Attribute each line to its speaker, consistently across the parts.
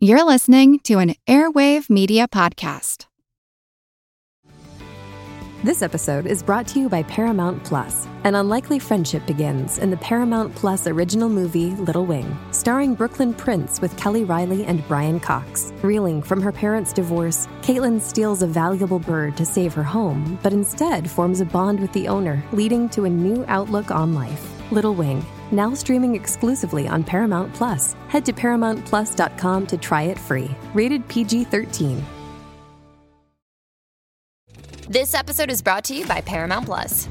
Speaker 1: You're listening to an Airwave Media Podcast.
Speaker 2: This episode is brought to you by Paramount Plus. An unlikely friendship begins in the Paramount Plus original movie, Little Wing, starring Brooklyn Prince with Kelly Riley and Brian Cox. Reeling from her parents' divorce, Caitlin steals a valuable bird to save her home, but instead forms a bond with the owner, leading to a new outlook on life. Little Wing, now streaming exclusively on Paramount Plus. Head to ParamountPlus.com to try it free. Rated PG 13.
Speaker 3: This episode is brought to you by Paramount Plus.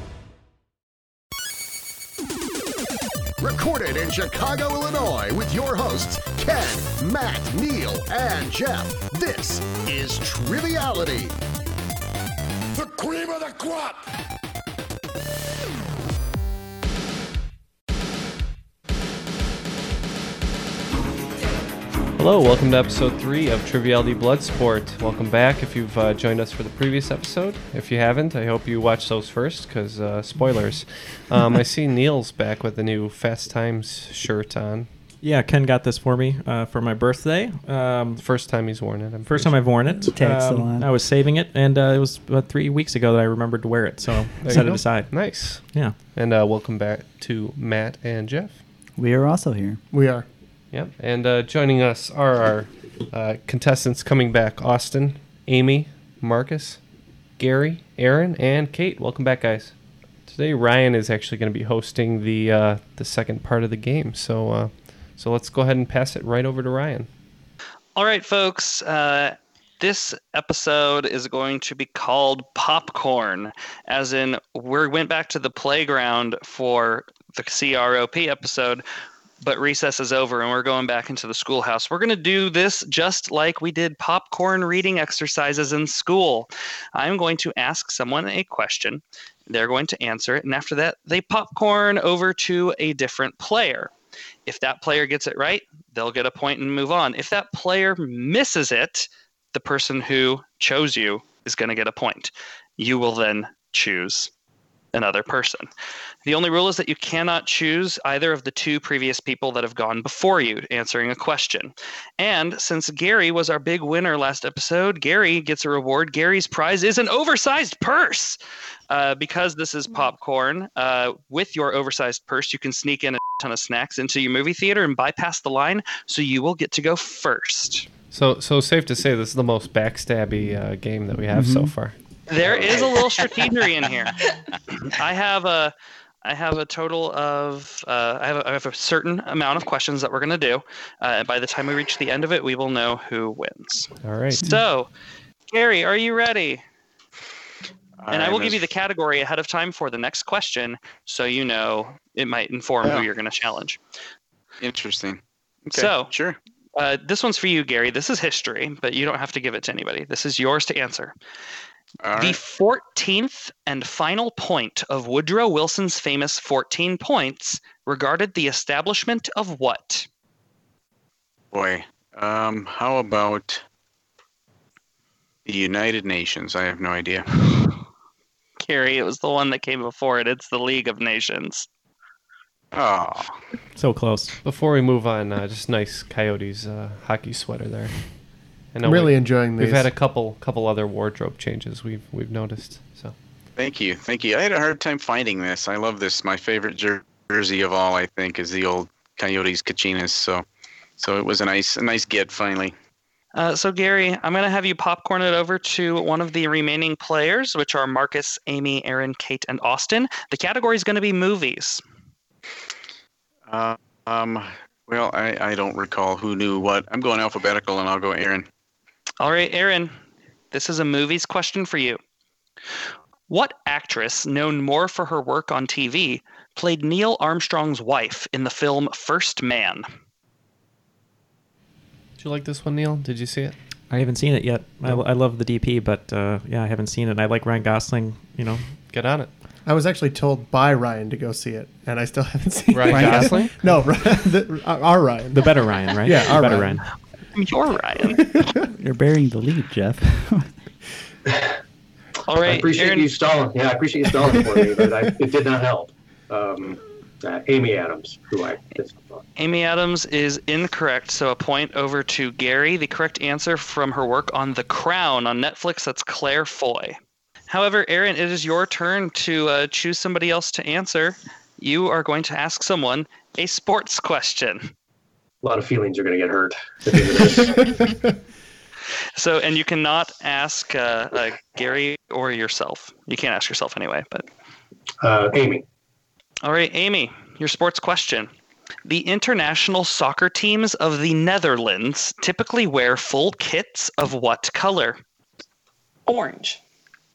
Speaker 4: Recorded in Chicago, Illinois, with your hosts, Ken, Matt, Neil, and Jeff. This is Triviality. The cream of the crop!
Speaker 5: Hello, welcome to episode three of Triviality Bloodsport. Welcome back if you've uh, joined us for the previous episode. If you haven't, I hope you watch those first because uh, spoilers. Um, I see Neil's back with the new Fast Times shirt on.
Speaker 6: Yeah, Ken got this for me uh, for my birthday. Um,
Speaker 5: First time he's worn it. I'm
Speaker 6: first time I've worn it.
Speaker 7: Tags the
Speaker 6: Um,
Speaker 7: line.
Speaker 6: I was saving it, and uh, it was about three weeks ago that I remembered to wear it, so I
Speaker 5: There you
Speaker 6: set it
Speaker 5: go.
Speaker 6: aside.
Speaker 5: Nice.
Speaker 6: Yeah.
Speaker 5: And uh, welcome back to Matt and Jeff.
Speaker 7: We are also here.
Speaker 8: We are.
Speaker 5: Yep. And uh, joining us are our uh, contestants coming back Austin, Amy, Marcus, Gary, Aaron, and Kate. Welcome back, guys. Today, Ryan is actually going to be hosting the uh, the second part of the game. So, uh, so let's go ahead and pass it right over to Ryan.
Speaker 9: All right, folks. Uh, this episode is going to be called Popcorn, as in we went back to the playground for the CROP episode, but recess is over and we're going back into the schoolhouse. We're going to do this just like we did popcorn reading exercises in school. I'm going to ask someone a question. They're going to answer it, and after that, they popcorn over to a different player. If that player gets it right, they'll get a point and move on. If that player misses it, the person who chose you is going to get a point. You will then choose another person. The only rule is that you cannot choose either of the two previous people that have gone before you answering a question. And since Gary was our big winner last episode, Gary gets a reward. Gary's prize is an oversized purse. Uh, because this is popcorn, uh, with your oversized purse, you can sneak in a ton of snacks into your movie theater and bypass the line, so you will get to go first.
Speaker 5: So, so safe to say this is the most backstabby uh, game that we have so far.
Speaker 9: There is a little strategery in here. I have a, I have a total of, uh, I, have a, I have a certain amount of questions that we're going to do. Uh, and by the time we reach the end of it, we will know who wins.
Speaker 5: All right.
Speaker 9: So, Gary, are you ready? and I
Speaker 10: I'm
Speaker 9: will give
Speaker 10: as-
Speaker 9: you the category ahead of time for the next question, so you know it might inform
Speaker 10: Oh.
Speaker 9: who you're going to challenge.
Speaker 10: Interesting.
Speaker 9: So-
Speaker 10: sure.
Speaker 9: Uh, this one's for you, Gary. This is history, but you don't have to give it to anybody. This is yours to answer.
Speaker 10: All
Speaker 9: the
Speaker 10: right.
Speaker 9: 14th and final point of Woodrow Wilson's famous 14 points regarded the establishment of what?
Speaker 10: Boy. Um, how about the United Nations? I have no idea.
Speaker 9: Gary, it was the one that came before it. It's the League of Nations.
Speaker 10: Oh,
Speaker 6: So close.
Speaker 5: Before we move on, uh, just nice Coyotes uh, hockey sweater there. I know
Speaker 8: I'm really
Speaker 5: we-
Speaker 8: enjoying these.
Speaker 5: We've had a couple couple other wardrobe changes we've we've noticed. So
Speaker 10: thank you. Thank you. I had a hard time finding this. I love this. My favorite jer- jersey of all, I think, is the old Coyotes Kachinas. So, so it was a nice, a nice get finally.
Speaker 9: Uh, so, Gary, I'm going to have you popcorn it over to one of the remaining players, which are Marcus, Amy, Aaron, Kate, and Austin. The category is going to be movies.
Speaker 10: Uh, um, well, I, I don't recall who knew what. I'm going alphabetical, and I'll go Aaron.
Speaker 9: All right, Aaron, this is a movies question for you. What actress, known more for her work on TV, played Neil Armstrong's wife in the film First Man?
Speaker 5: Did you like this one, Neil? Did you see it?
Speaker 6: I haven't seen it yet. I, I love the DP, but uh, yeah, I haven't seen it. I like Ryan Gosling, you know.
Speaker 5: Get on it.
Speaker 7: I was actually told by Ryan to go see it, and I still haven't seen
Speaker 5: Ryan
Speaker 7: it.
Speaker 5: Gosling?
Speaker 7: No, Ryan- the, our Ryan.
Speaker 6: The better Ryan, right?
Speaker 7: Yeah,
Speaker 6: The
Speaker 7: our
Speaker 6: better
Speaker 7: Ryan.
Speaker 9: You're Ryan.
Speaker 8: You're burying the lead, Jeff.
Speaker 9: All
Speaker 11: I
Speaker 9: right,
Speaker 11: appreciate
Speaker 9: Aaron.
Speaker 11: you stalling. Yeah, I appreciate you stalling for me, but I, it did not help. Um, uh, Amy Adams, who I just
Speaker 9: Amy Adams is incorrect, so a point over to Gary. The correct answer from her work on The Crown on Netflix, that's Claire Foy. However, Aaron, it is your turn to uh, choose somebody else to answer. You are going to ask someone a sports question.
Speaker 11: a lot of feelings are going to get hurt. At the end of this.
Speaker 9: So, and you cannot ask uh, uh, Gary or yourself. You can't ask yourself anyway, but
Speaker 11: Uh, Amy,
Speaker 9: All right, Amy, your sports question. The international soccer teams of the Netherlands typically wear full kits of what color?
Speaker 12: Orange.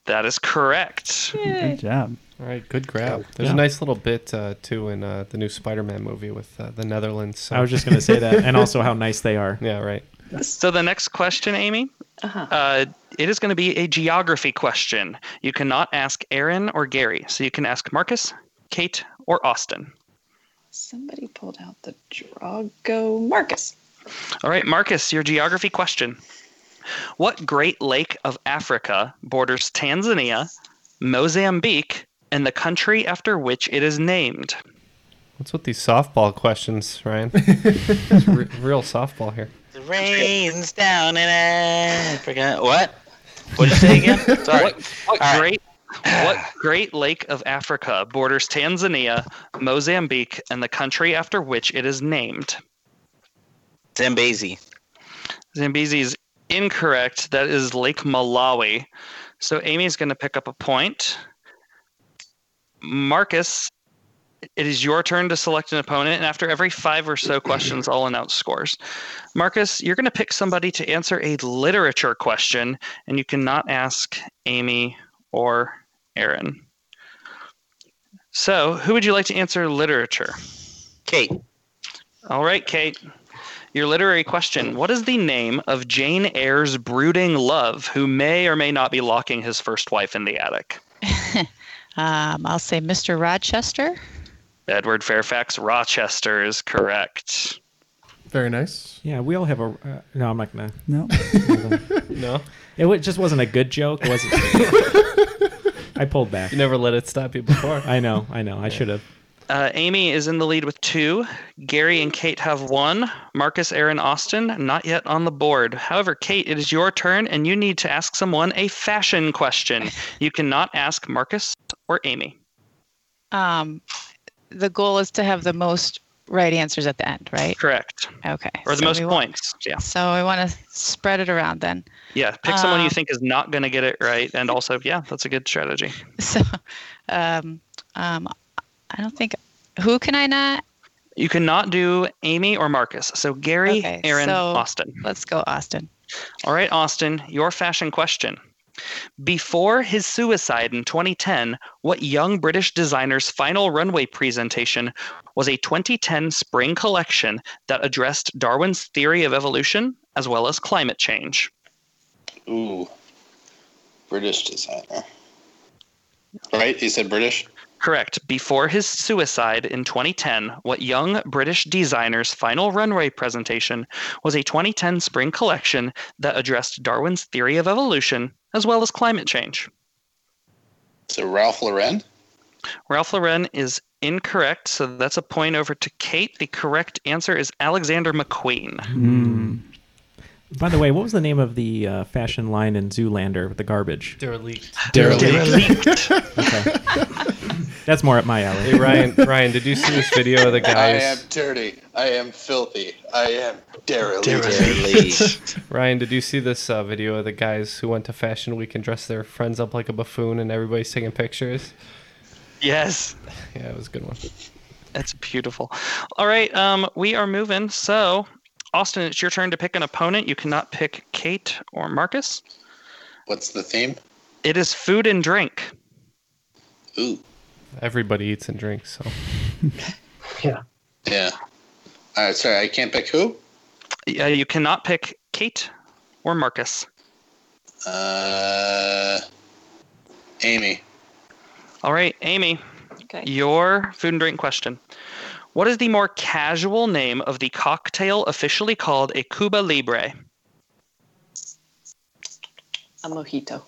Speaker 9: That is correct.
Speaker 8: Good job.
Speaker 5: All right, good grab. There's a nice little bit uh, too in uh, the new Spider-Man movie with uh, the Netherlands. so-
Speaker 6: I was just going to say that, and also how nice they are.
Speaker 5: yeah, right.
Speaker 9: So the next question, Amy,
Speaker 12: Uh-huh.
Speaker 9: uh, it is going to be a geography question. You cannot ask Aaron or Gary, so you can ask Marcus, Kate, or Austin.
Speaker 12: Somebody pulled out the Drago Marcus.
Speaker 9: All right, Marcus, your geography question. What great lake of Africa borders Tanzania, Mozambique, and the country after which it is named?
Speaker 5: What's with these softball questions, Ryan? It's re- real softball here.
Speaker 13: The rain's down and I forgot what. What did you say again? Sorry.
Speaker 9: What
Speaker 13: All right.
Speaker 9: great what great lake of Africa borders Tanzania, Mozambique, and the country after which it is named?
Speaker 13: Zambezi.
Speaker 9: Zambezi is incorrect. That is Lake Malawi. So Amy's going to pick up a point. Marcus, it is your turn to select an opponent. And after every five or so questions, I'll announce scores. Marcus, you're going to pick somebody to answer a literature question, and you cannot ask Amy or Aaron. So, who would you like to answer literature?
Speaker 13: Kate.
Speaker 9: All right, Kate. Your literary question What is the name of Jane Eyre's brooding love who may or may not be locking his first wife in the attic?
Speaker 14: Um, I'll say Mr. Rochester.
Speaker 9: Edward Fairfax Rochester is correct.
Speaker 7: Very nice.
Speaker 6: Yeah, we all have a. Uh, no, I'm not gonna.
Speaker 8: No.
Speaker 5: No,
Speaker 6: It wa- just wasn't a good joke, was it? I pulled back.
Speaker 5: you never let it stop you before.
Speaker 6: I know, I know. I should have.
Speaker 9: Uh, Amy is in the lead with two. Gary and Kate have one. Marcus, Aaron, Austin, not yet on the board. However, Kate, it is your turn and you need to ask someone a fashion question. You cannot ask Marcus or Amy.
Speaker 14: Um, the goal is to have the most right answers at the end, right?
Speaker 9: Correct.
Speaker 14: Okay.
Speaker 9: Or the
Speaker 14: so
Speaker 9: most
Speaker 14: we wa-
Speaker 9: points. Yeah.
Speaker 14: So we want to spread it around then.
Speaker 9: Yeah, pick someone you
Speaker 14: Um,
Speaker 9: think is not going to get it right, and also, yeah, that's a good strategy.
Speaker 14: So, um, um, I don't think. Who can I not?
Speaker 9: You cannot do Amy or Marcus. So Gary,
Speaker 14: Okay,
Speaker 9: Aaron,
Speaker 14: so-
Speaker 9: Austin.
Speaker 14: Let's go, Austin.
Speaker 9: All right, Austin, your fashion question. Before his suicide in 2010, what young British designer's final runway presentation was a 2010 spring collection that addressed Darwin's theory of evolution as well as climate change?
Speaker 13: Ooh. British designer. Right? You said British?
Speaker 9: Correct. Before his suicide in 2010, what young British designer's final runway presentation was a 2010 spring collection that addressed Darwin's theory of evolution as well as climate change.
Speaker 13: So Ralph Lauren?
Speaker 9: Ralph Lauren is incorrect, so that's a point over to Kate. The correct answer is Alexander McQueen.
Speaker 6: By the way, what was the name of the uh, fashion line in Zoolander with the garbage?
Speaker 5: Derelict.
Speaker 6: That's more up my alley.
Speaker 5: Hey Ryan, Ryan, did you see this video of the guys?
Speaker 13: dirty. I am filthy. I am derelict.
Speaker 5: Ryan, did you see this uh, video of the guys who went to Fashion Week and dressed their friends up like a buffoon and everybody's taking pictures?
Speaker 9: Yes,
Speaker 5: Yeah, it was a good one.
Speaker 9: that's beautiful. All right, um, we are moving. So, Austin, it's your turn to pick an opponent. You cannot pick Kate or Marcus.
Speaker 13: What's the theme?
Speaker 9: It is food and drink.
Speaker 13: Ooh.
Speaker 5: Everybody eats and drinks, so
Speaker 11: yeah,
Speaker 13: Yeah. All right, sorry, I can't pick who?
Speaker 9: Uh, you cannot pick Kate or Marcus.
Speaker 13: Uh, Amy.
Speaker 9: All right, Amy.
Speaker 12: Okay.
Speaker 9: Your food and drink question. What is the more casual name of the cocktail officially called a Cuba Libre?
Speaker 12: A mojito.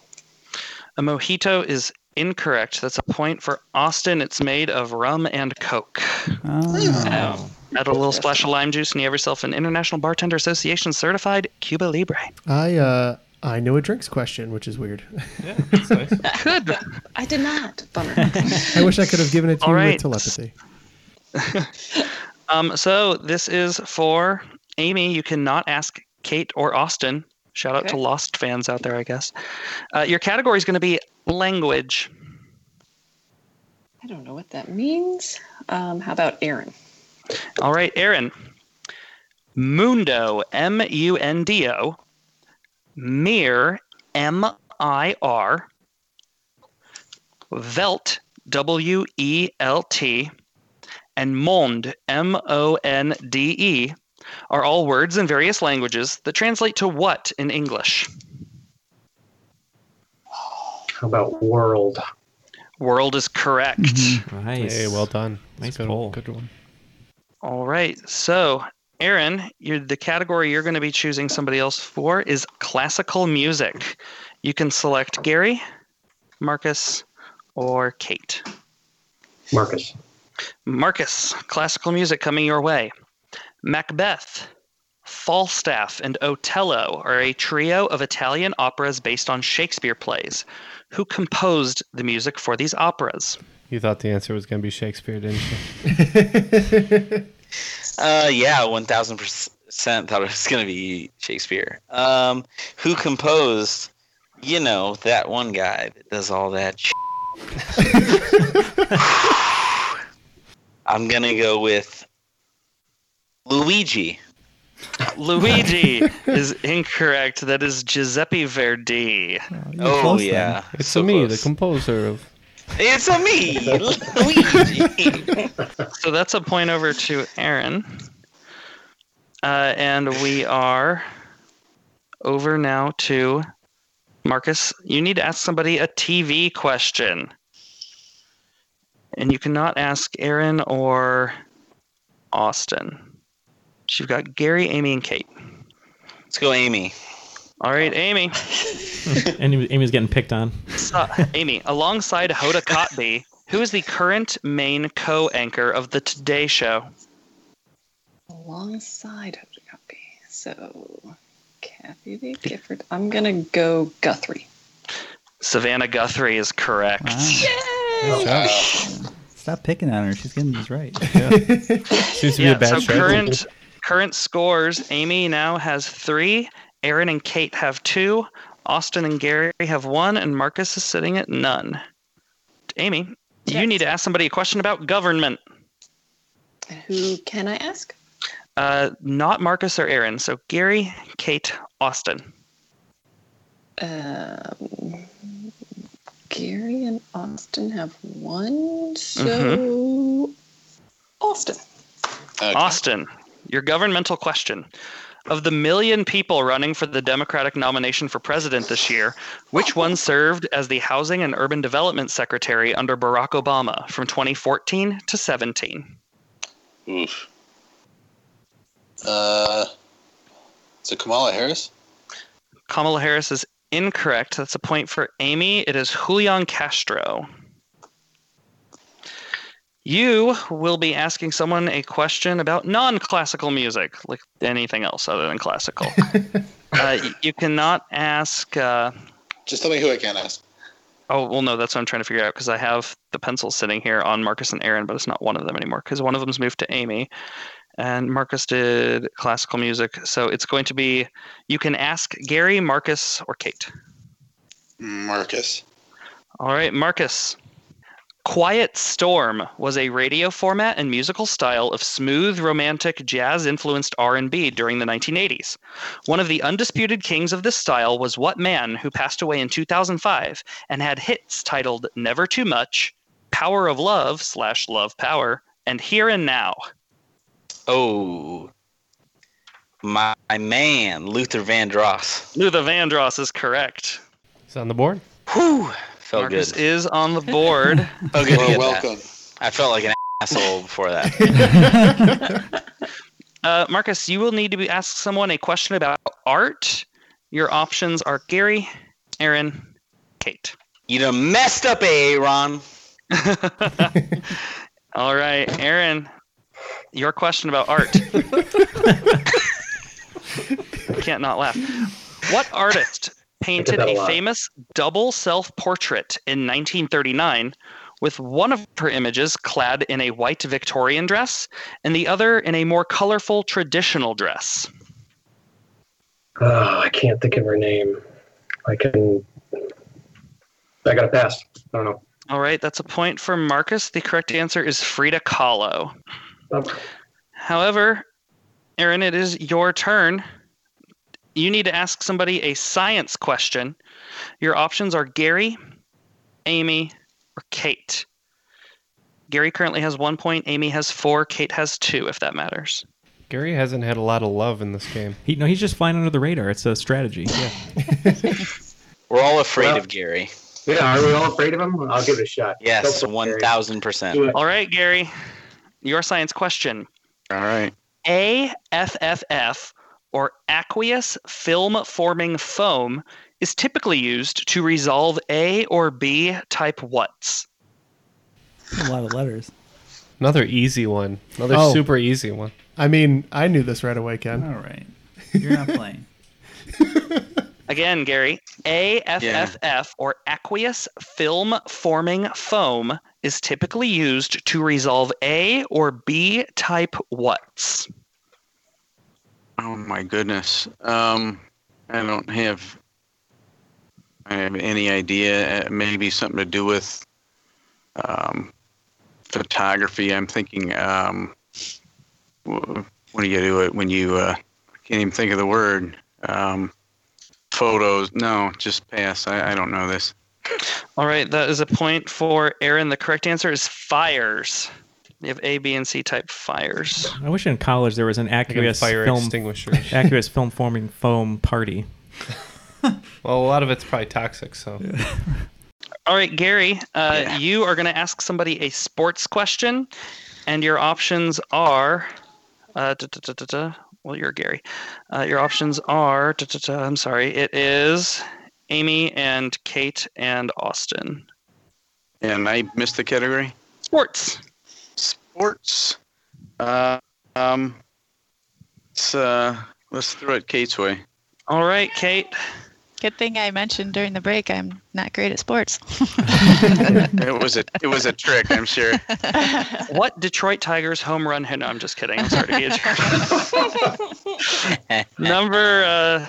Speaker 9: A mojito is incorrect. That's a point for Austin. It's made of rum and coke.
Speaker 8: Oh.
Speaker 9: Add a little splash of lime juice and you have yourself an International Bartender Association certified Cuba Libre.
Speaker 7: I uh I know a drinks question, which is weird.
Speaker 9: Good.
Speaker 12: I did not. Bummer.
Speaker 7: I wish I could have given it to
Speaker 9: All
Speaker 7: you with
Speaker 9: right.
Speaker 7: telepathy.
Speaker 9: Um, so this is for Amy. You cannot ask Kate or Austin. Shout out to
Speaker 12: Okay.
Speaker 9: Lost fans out there, I guess. Uh, your category is going to be language.
Speaker 12: I don't know what that means. Um, how about Aaron?
Speaker 9: All right, Aaron. Mundo, M U N D O. Mir, M I R. Velt, W E L T. And Monde, M O N D E, are all words in various languages that translate to what in English?
Speaker 11: How about world?
Speaker 9: World is correct.
Speaker 6: Nice.
Speaker 5: Hey, well done.
Speaker 6: Nice poll. Good
Speaker 5: one.
Speaker 9: All right. So, Aaron, you're, the category you're going to be choosing somebody else for is classical music. You can select Gary, Marcus, or Kate.
Speaker 11: Marcus.
Speaker 9: Marcus, classical music coming your way. Macbeth, Falstaff, and Otello are a trio of Italian operas based on Shakespeare plays. Who composed the music for these operas?
Speaker 5: You thought the answer was going to be Shakespeare, didn't you?
Speaker 13: Uh, yeah, one thousand percent thought it was gonna be Shakespeare. Um, who composed? You know that one guy that does all that. Sh- I'm gonna go with Luigi.
Speaker 9: Luigi is incorrect. That is Giuseppe Verdi.
Speaker 13: Oh, close then. yeah.
Speaker 5: It's to me, the composer of.
Speaker 13: It's a me, Luigi.
Speaker 9: So that's a point over to Aaron. Uh, and we are over now to Marcus. You need to ask somebody a TV question. And you cannot ask Aaron or Austin. So you've got Gary, Amy, and Kate.
Speaker 13: Let's go, Amy.
Speaker 9: All right, Amy.
Speaker 6: and he- Amy's getting picked on.
Speaker 9: Uh, Amy, alongside Hoda Kotb, who is the current main co-anchor of the Today Show?
Speaker 12: Alongside of Copy. So Kathy Lee Gifford. I'm gonna go Guthrie.
Speaker 9: Savannah Guthrie is correct.
Speaker 8: Stop picking on her. She's getting this right.
Speaker 5: Seems
Speaker 9: Yeah, so current current scores: Amy now has three, Aaron and Kate have two, Austin and Gary have one, and Marcus is sitting at none. Amy, you need to ask somebody a question about government.
Speaker 12: And who can I ask?
Speaker 9: Uh, not Marcus or Aaron. So Gary, Kate, Austin.
Speaker 12: Um, Gary and Austin have one. So
Speaker 10: Mm-hmm.
Speaker 12: Austin.
Speaker 9: Austin, your governmental question. Of the million people running for the Democratic nomination for president this year, which one served as the Housing and Urban Development Secretary under Barack Obama from 2014 to 17?
Speaker 13: Oof. Uh, so Kamala Harris.
Speaker 9: Kamala Harris is incorrect. That's a point for Amy. It is Julian Castro. You will be asking someone a question about non classical music, like anything else other than classical. uh, y- you cannot ask. Uh,
Speaker 13: Just tell me who I can ask.
Speaker 9: Oh, well, no, that's what I'm trying to figure out because I have the pencil sitting here on Marcus and Aaron, but it's not one of them anymore because one of them's moved to Amy. And Marcus did classical music. So it's going to be you can ask Gary, Marcus, or Kate.
Speaker 13: Marcus.
Speaker 9: All right, Marcus. Quiet Storm was a radio format and musical style of smooth, romantic, jazz-influenced R&B during the 1980s. One of the undisputed kings of this style was what man who passed away in 2005 and had hits titled "Never Too Much," "Power of Love" slash "Love Power," and "Here and Now."
Speaker 13: Oh, my man, Luther Vandross.
Speaker 9: Luther Vandross is correct.
Speaker 5: It's on the board.
Speaker 13: Whew,
Speaker 10: Oh,
Speaker 13: Felt
Speaker 9: Marcus
Speaker 13: good.
Speaker 9: is on the board.
Speaker 13: Felt good to get that. I felt like an asshole before that.
Speaker 9: Uh, Marcus, you will need to be ask someone a question about art. Your options are Gary, Aaron, Kate.
Speaker 13: You done messed up, Aaron.
Speaker 9: All right, Aaron, your question about art. I can't not laugh. What artist painted
Speaker 11: that a
Speaker 9: a
Speaker 11: lot.
Speaker 9: famous double self portrait in 1939 with one of her images clad in a white Victorian dress and the other in a more colorful traditional dress?
Speaker 11: Oh, I can't think of her name. I can. I got to pass. I don't know.
Speaker 9: All right, that's a point for Marcus. The correct answer is Frida Kahlo. However, Aaron, it is your turn. You need to ask somebody a science question. Your options are Gary, Amy, or Kate. Gary currently has one point, Amy has four, Kate has two, if that matters.
Speaker 5: Gary hasn't had a lot of love in this game.
Speaker 6: He, no, he's just flying under the radar. It's a strategy. Yeah.
Speaker 13: We're all afraid
Speaker 6: Well-
Speaker 13: of Gary.
Speaker 11: Yeah, are we all afraid of him? I'll give it a shot.
Speaker 13: Yes,
Speaker 11: Go for it, Gary.
Speaker 13: 1000%.
Speaker 9: All right, Gary, your science question.
Speaker 10: All right.
Speaker 9: AFFF or aqueous film forming foam is typically used to resolve A or B type what's?
Speaker 5: A lot of letters. Another easy one. Another
Speaker 7: Oh.
Speaker 5: super easy one.
Speaker 7: I mean, I knew this right away, Ken. All
Speaker 8: right. You're not playing.
Speaker 9: Again, Gary, AFFF or aqueous film forming foam is typically used to resolve A or B type what's?
Speaker 10: Oh my goodness. Um, I don't have. I have any idea. Uh, Maybe something to do with um, photography. I'm thinking. Um, wh- what do you do it when you uh, can't even think of the word? Um, photos. No, just pass. I, I don't know this.
Speaker 9: All right, that is a point for Aaron. The correct answer is fires. You have A, B, and C type fires.
Speaker 6: I wish in college there was an Accurus
Speaker 5: fire
Speaker 6: film
Speaker 5: extinguisher.
Speaker 6: Accurus film forming foam party.
Speaker 5: Well, a lot of it's probably toxic, so.
Speaker 9: All right, Gary, uh, you are going to ask somebody a sports question, and your options are. Uh, duh, duh, duh, duh, duh. Well, you're Gary. Uh, your options are. duh, duh, duh, I'm sorry. It is Amy and Kate and Austin.
Speaker 10: And I missed the category.
Speaker 9: Sports.
Speaker 10: Sports. Uh, um, let's, uh, let's throw it Kate's way.
Speaker 9: All right, Kate.
Speaker 14: Good thing I mentioned during the break I'm not great at sports.
Speaker 10: it was a it was a trick, I'm sure.
Speaker 9: What Detroit Tigers home run hit? No, I'm just kidding. I'm sorry to be a jerk. number uh,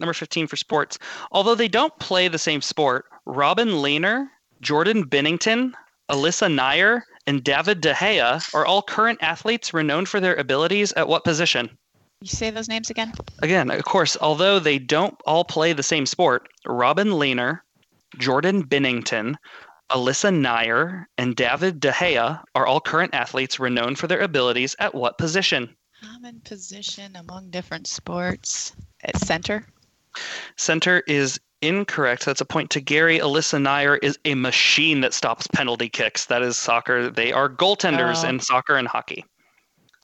Speaker 9: number 15 for sports. Although they don't play the same sport, Robin Lehner, Jordan Bennington, Alyssa Nyer, and David De Gea are all current athletes renowned for their abilities at what position?
Speaker 14: You say those names again?
Speaker 9: Again, of course, although they don't all play the same sport, Robin Lehner, Jordan Bennington, Alyssa Nyer, and David De Gea are all current athletes renowned for their abilities at what position?
Speaker 14: Common position among different sports. At center?
Speaker 9: Center is incorrect. That's a point to Gary. Alyssa Nyer is a machine that stops penalty kicks. That is soccer. They are goaltenders
Speaker 14: Oh.
Speaker 9: in soccer and hockey.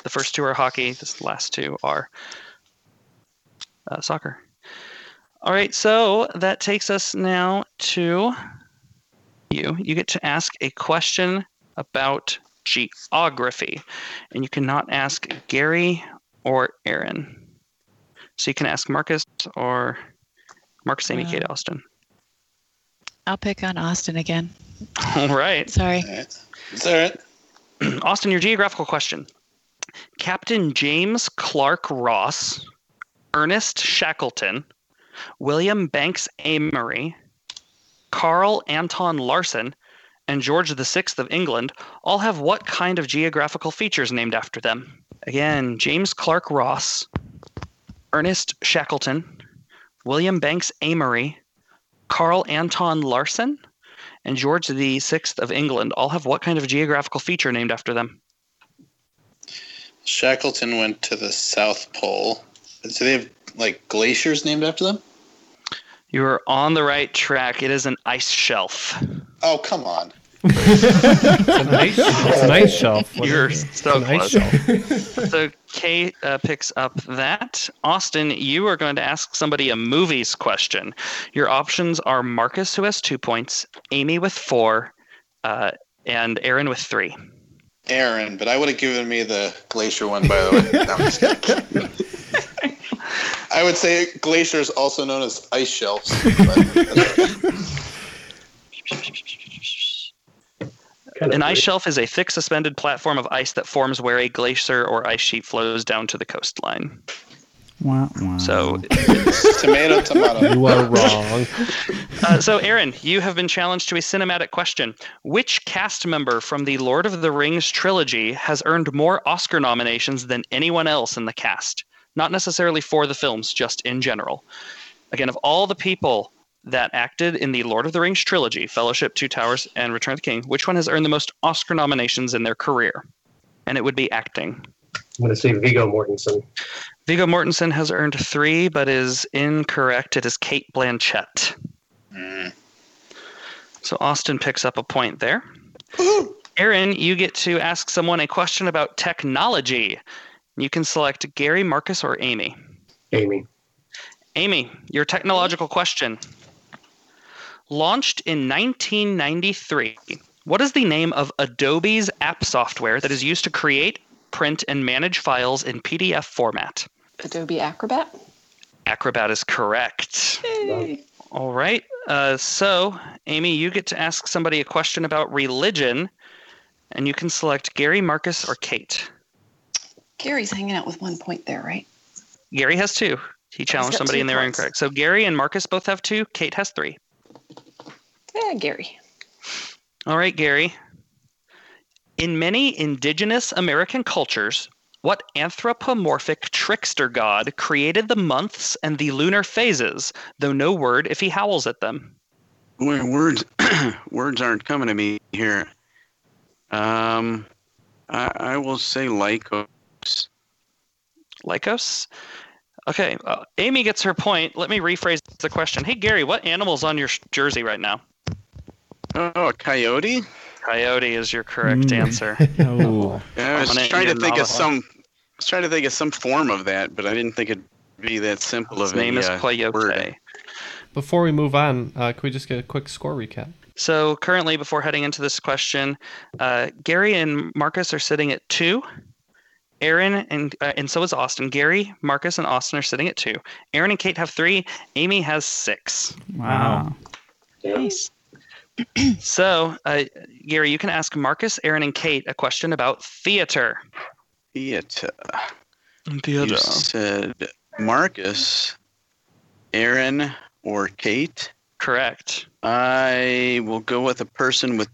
Speaker 9: The first two are hockey, the last two are uh, soccer. All right, so that takes us now to you. You get to ask a question about geography, and you cannot ask Gary or Aaron. So you can ask Marcus or Marcus, Amy, Kate, Austin.
Speaker 14: I'll pick on Austin again.
Speaker 9: All right.
Speaker 14: Sorry.
Speaker 9: It's all right. Austin, your geographical question. Captain James Clark Ross, Ernest Shackleton, William Banks Amory, Carl Anton Larsen, and George VI of England all have what kind of geographical features named after them? Again, James Clark Ross, Ernest Shackleton, William Banks Amory, Carl Anton Larsen, and George the Sixth of England all have what kind of geographical feature named after them?
Speaker 15: Shackleton went to the South Pole. Do they have like glaciers named after them?
Speaker 9: You are on the right track. It is an ice shelf.
Speaker 15: Oh, come on.
Speaker 5: Nice, it's an ice shelf. What
Speaker 9: You're
Speaker 5: is it?
Speaker 9: so
Speaker 5: It's an ice
Speaker 9: close. so Kate uh, picks up that. Austin, you are going to ask somebody a movies question. Your options are Marcus, who has two points, Amy with four, uh, and Aaron with three.
Speaker 15: Aaron, but I would have given me the glacier one, by the way. No, I'm just kidding. I would say glaciers, also known as ice shelves.
Speaker 9: An ice shelf is a thick suspended platform of ice that forms where a glacier or ice sheet flows down to the coastline. So
Speaker 15: tomato, tomato.
Speaker 5: You are wrong.
Speaker 9: Uh, so, Aaron, you have been challenged to a cinematic question. Which cast member from the Lord of the Rings trilogy has earned more Oscar nominations than anyone else in the cast? Not necessarily for the films, just in general. Again, of all the people that acted in the Lord of the Rings trilogy, Fellowship, Two Towers, and Return of the King, which one has earned the most Oscar nominations in their career? And it would be acting.
Speaker 11: I'm going to say Vigo Mortensen.
Speaker 9: Vigo Mortensen has earned three, but is incorrect. It is Kate Blanchett. So Austin picks up a point there. Aaron, you get to ask someone a question about technology. You can select Gary, Marcus, or Amy.
Speaker 11: Amy.
Speaker 9: Amy, your technological question. Launched in 1993, what is the name of Adobe's app software that is used to create, print, and manage files in PDF format?
Speaker 12: Adobe Acrobat.
Speaker 9: Acrobat is correct. All right. Uh, so, Amy, you get to ask somebody a question about religion, and you can select Gary, Marcus, or Kate.
Speaker 12: Gary's hanging out with one point there, right?
Speaker 9: Gary has two. He challenged
Speaker 12: got
Speaker 9: somebody
Speaker 12: two
Speaker 9: and they were
Speaker 12: points.
Speaker 9: incorrect. So, Gary and Marcus both have two. Kate has three.
Speaker 12: Yeah, Eh, Gary.
Speaker 9: All right, Gary. In many indigenous American cultures, what anthropomorphic trickster god created the months and the lunar phases, though no word if he howls at them?
Speaker 10: Where words words aren't coming to me here. Um, I, I will say Lycos.
Speaker 9: Lycos? Okay, uh, Amy gets her point. Let me rephrase the question. Hey, Gary, what animal's on your sh- jersey right now?
Speaker 10: Oh, a coyote.
Speaker 9: Coyote is your correct
Speaker 10: Mm.
Speaker 9: answer.
Speaker 6: Oh.
Speaker 10: Yeah, I was
Speaker 9: Dominant
Speaker 10: trying to
Speaker 9: Indian
Speaker 10: think of
Speaker 9: Navajo.
Speaker 10: some. I was trying to think of some form of that, but I didn't think it'd be that simple
Speaker 9: His
Speaker 10: of a
Speaker 9: name is
Speaker 10: uh,
Speaker 9: Coyote.
Speaker 10: word.
Speaker 5: Before we move on, uh, can we just get a quick score recap?
Speaker 9: So currently, before heading into this question, uh, Gary and Marcus are sitting at two. Aaron and uh, and so is Austin. Gary, Marcus, and Austin are sitting at two. Aaron and Kate have three. Amy has six.
Speaker 8: Wow.
Speaker 9: Nice. so, uh, Gary, you can ask Marcus, Aaron, and Kate a question about theater.
Speaker 10: Theater.
Speaker 9: Theater.
Speaker 10: You said Marcus, Aaron, or Kate.
Speaker 9: Correct.
Speaker 10: I will go with a person with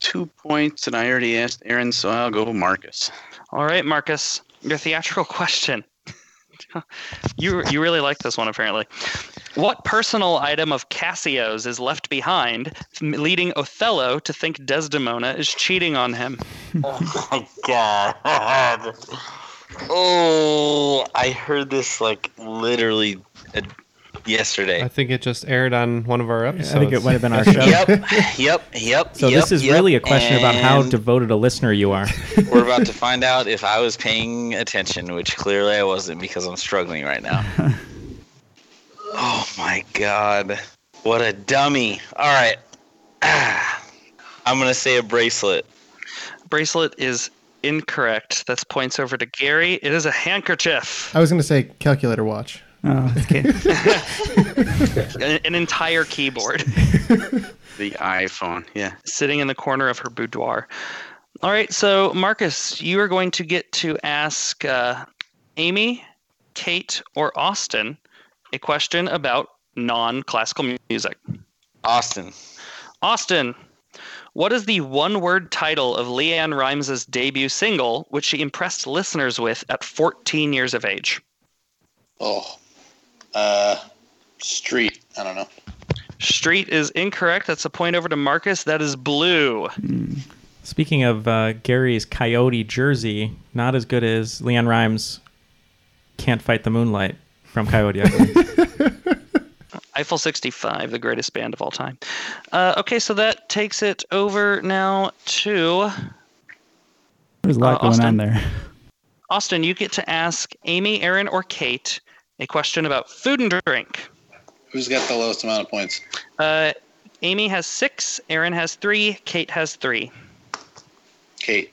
Speaker 10: two points, and I already asked Aaron, so I'll go Marcus.
Speaker 9: All right, Marcus, your theatrical question. you you really like this one apparently. What personal item of Cassio's is left behind, m- leading Othello to think Desdemona is cheating on him?
Speaker 13: Oh my god. Oh, I heard this like literally uh, yesterday.
Speaker 5: I think it just aired on one of our episodes.
Speaker 6: I think it might have been our show.
Speaker 13: Yep, yep, yep.
Speaker 6: So
Speaker 13: yep,
Speaker 6: this is
Speaker 13: yep,
Speaker 6: really a question about how
Speaker 13: and
Speaker 6: devoted a listener you are.
Speaker 13: We're about to find out if I was paying attention, which clearly I wasn't because I'm struggling right now. oh my god. What a dummy. All right. Ah. I'm going to say a bracelet.
Speaker 9: Bracelet is incorrect. That's points over to Gary. It is a handkerchief.
Speaker 7: I was going to say calculator watch.
Speaker 8: Oh, okay.
Speaker 9: An an entire keyboard.
Speaker 10: The iPhone, yeah.
Speaker 9: sitting in the corner of her boudoir. All right, so Marcus, you are going to get to ask uh, Amy, Kate, or Austin a question about non classical music.
Speaker 13: Austin.
Speaker 9: Austin, what is the one word title of Leanne Rimes' debut single, which she impressed listeners with at 14 years of age?
Speaker 15: Oh, uh, street. I don't know.
Speaker 9: Street is incorrect. That's a point over to Marcus. That is blue.
Speaker 6: Speaking of uh, Gary's coyote jersey, not as good as Leon Rhymes' "Can't Fight the Moonlight" from Coyote Ugly.
Speaker 9: Eiffel 65, the greatest band of all time. Uh, okay, so that takes it over now to
Speaker 8: There's a lot
Speaker 9: Uh,
Speaker 8: going
Speaker 9: Austin?
Speaker 8: on there.
Speaker 9: Austin. You get to ask Amy, Aaron, or Kate a question about food and drink.
Speaker 15: Who's got the lowest amount of points?
Speaker 9: Uh, Amy has six, Aaron has three, Kate has three.
Speaker 15: Kate.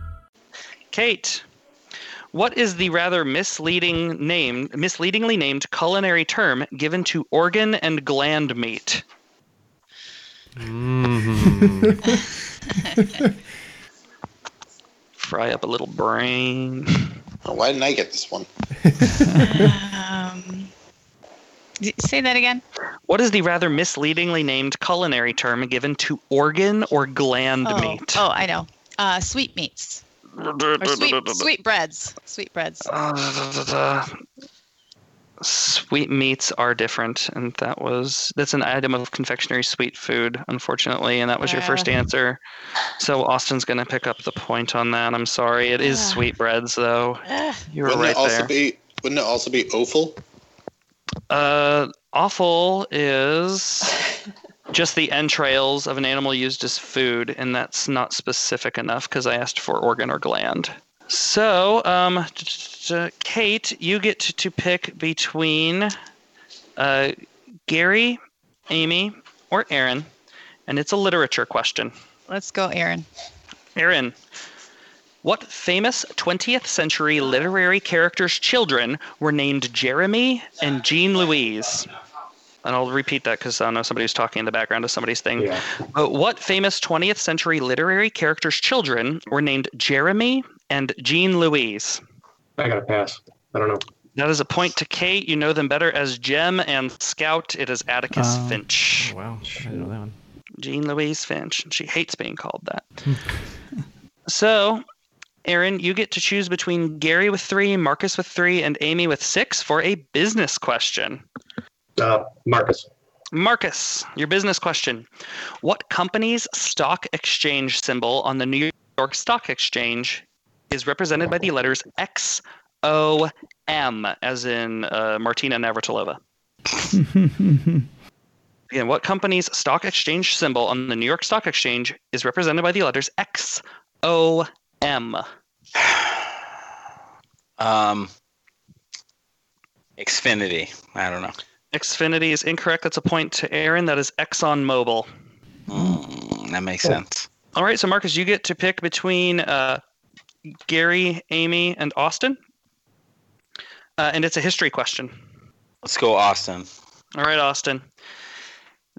Speaker 9: Kate, what is the rather misleading name, misleadingly named culinary term given to organ and gland meat? Fry up a little brain.
Speaker 15: Oh, Why didn't I get this one?
Speaker 14: Um, d- say that again.
Speaker 9: What is the rather misleadingly named culinary term given to organ or gland
Speaker 14: oh,
Speaker 9: meat?
Speaker 14: oh, I know. Uh, sweetmeats. Or sweet, sweet breads. Sweet breads.
Speaker 9: Uh, Sweet meats are different, and that was that's an item of confectionery sweet food, unfortunately, and that was your first
Speaker 14: Yeah.
Speaker 9: answer. So Austin's going to pick up the point on that. I'm sorry, it is
Speaker 15: Ah.
Speaker 9: sweetbreads though. You were
Speaker 15: wouldn't
Speaker 9: right
Speaker 15: it also
Speaker 9: there.
Speaker 15: be wouldn't it also be offal?
Speaker 9: Uh, offal is just the entrails of an animal used as food, and that's not specific enough because I asked for organ or gland. So, um, t- t- t- Kate, you get to, to pick between uh, Gary, Amy, or Aaron, and it's a literature question.
Speaker 14: Let's go, Aaron.
Speaker 9: Aaron, what famous 20th century literary character's children were named Jeremy and Jean Louise? And I'll repeat that because I know somebody's talking in the background of somebody's thing. But what famous 20th century literary character's children were named Jeremy and Jean Louise?
Speaker 11: I got to pass. I don't know.
Speaker 9: That is a point to Kate. You know them better as Jem and Scout. It is Atticus
Speaker 6: Um,
Speaker 9: Finch.
Speaker 6: Wow, I didn't know that one.
Speaker 9: Jean Louise Finch, and she hates being called that. so, Aaron, you get to choose between Gary with three, Marcus with three, and Amy with six for a business question.
Speaker 11: Uh, Marcus.
Speaker 9: Marcus, your business question. What company's stock exchange symbol on the New York Stock Exchange is represented by the letters X O M, as in uh, Martina Navratilova? Again, what company's stock exchange symbol on the New York Stock Exchange is represented by the letters X O M?
Speaker 13: Um, Xfinity. I don't know.
Speaker 9: Xfinity is incorrect. That's a point to Aaron. That is ExxonMobil.
Speaker 13: Mm, that makes sense.
Speaker 9: All right, so Marcus, you get to pick between uh, Gary, Amy, and Austin. Uh, and it's a history question.
Speaker 13: Let's go, Austin.
Speaker 9: All right, Austin.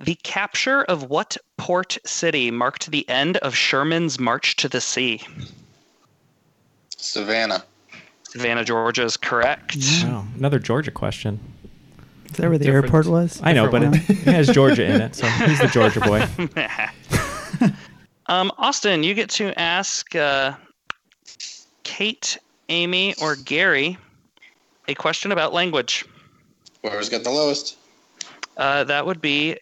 Speaker 9: The capture of what port city marked the end of Sherman's march to the sea?
Speaker 15: Savannah.
Speaker 9: Savannah, Georgia is correct.
Speaker 6: Wow, another Georgia question.
Speaker 8: Is that where the airport was?
Speaker 6: I know, but it,
Speaker 8: Different
Speaker 6: it
Speaker 8: one.
Speaker 6: has Georgia in it, so he's the Georgia boy.
Speaker 9: um, Austin, you get to ask uh, Kate, Amy, or Gary a question about language.
Speaker 15: Whoever's got the lowest.
Speaker 9: Uh, that would be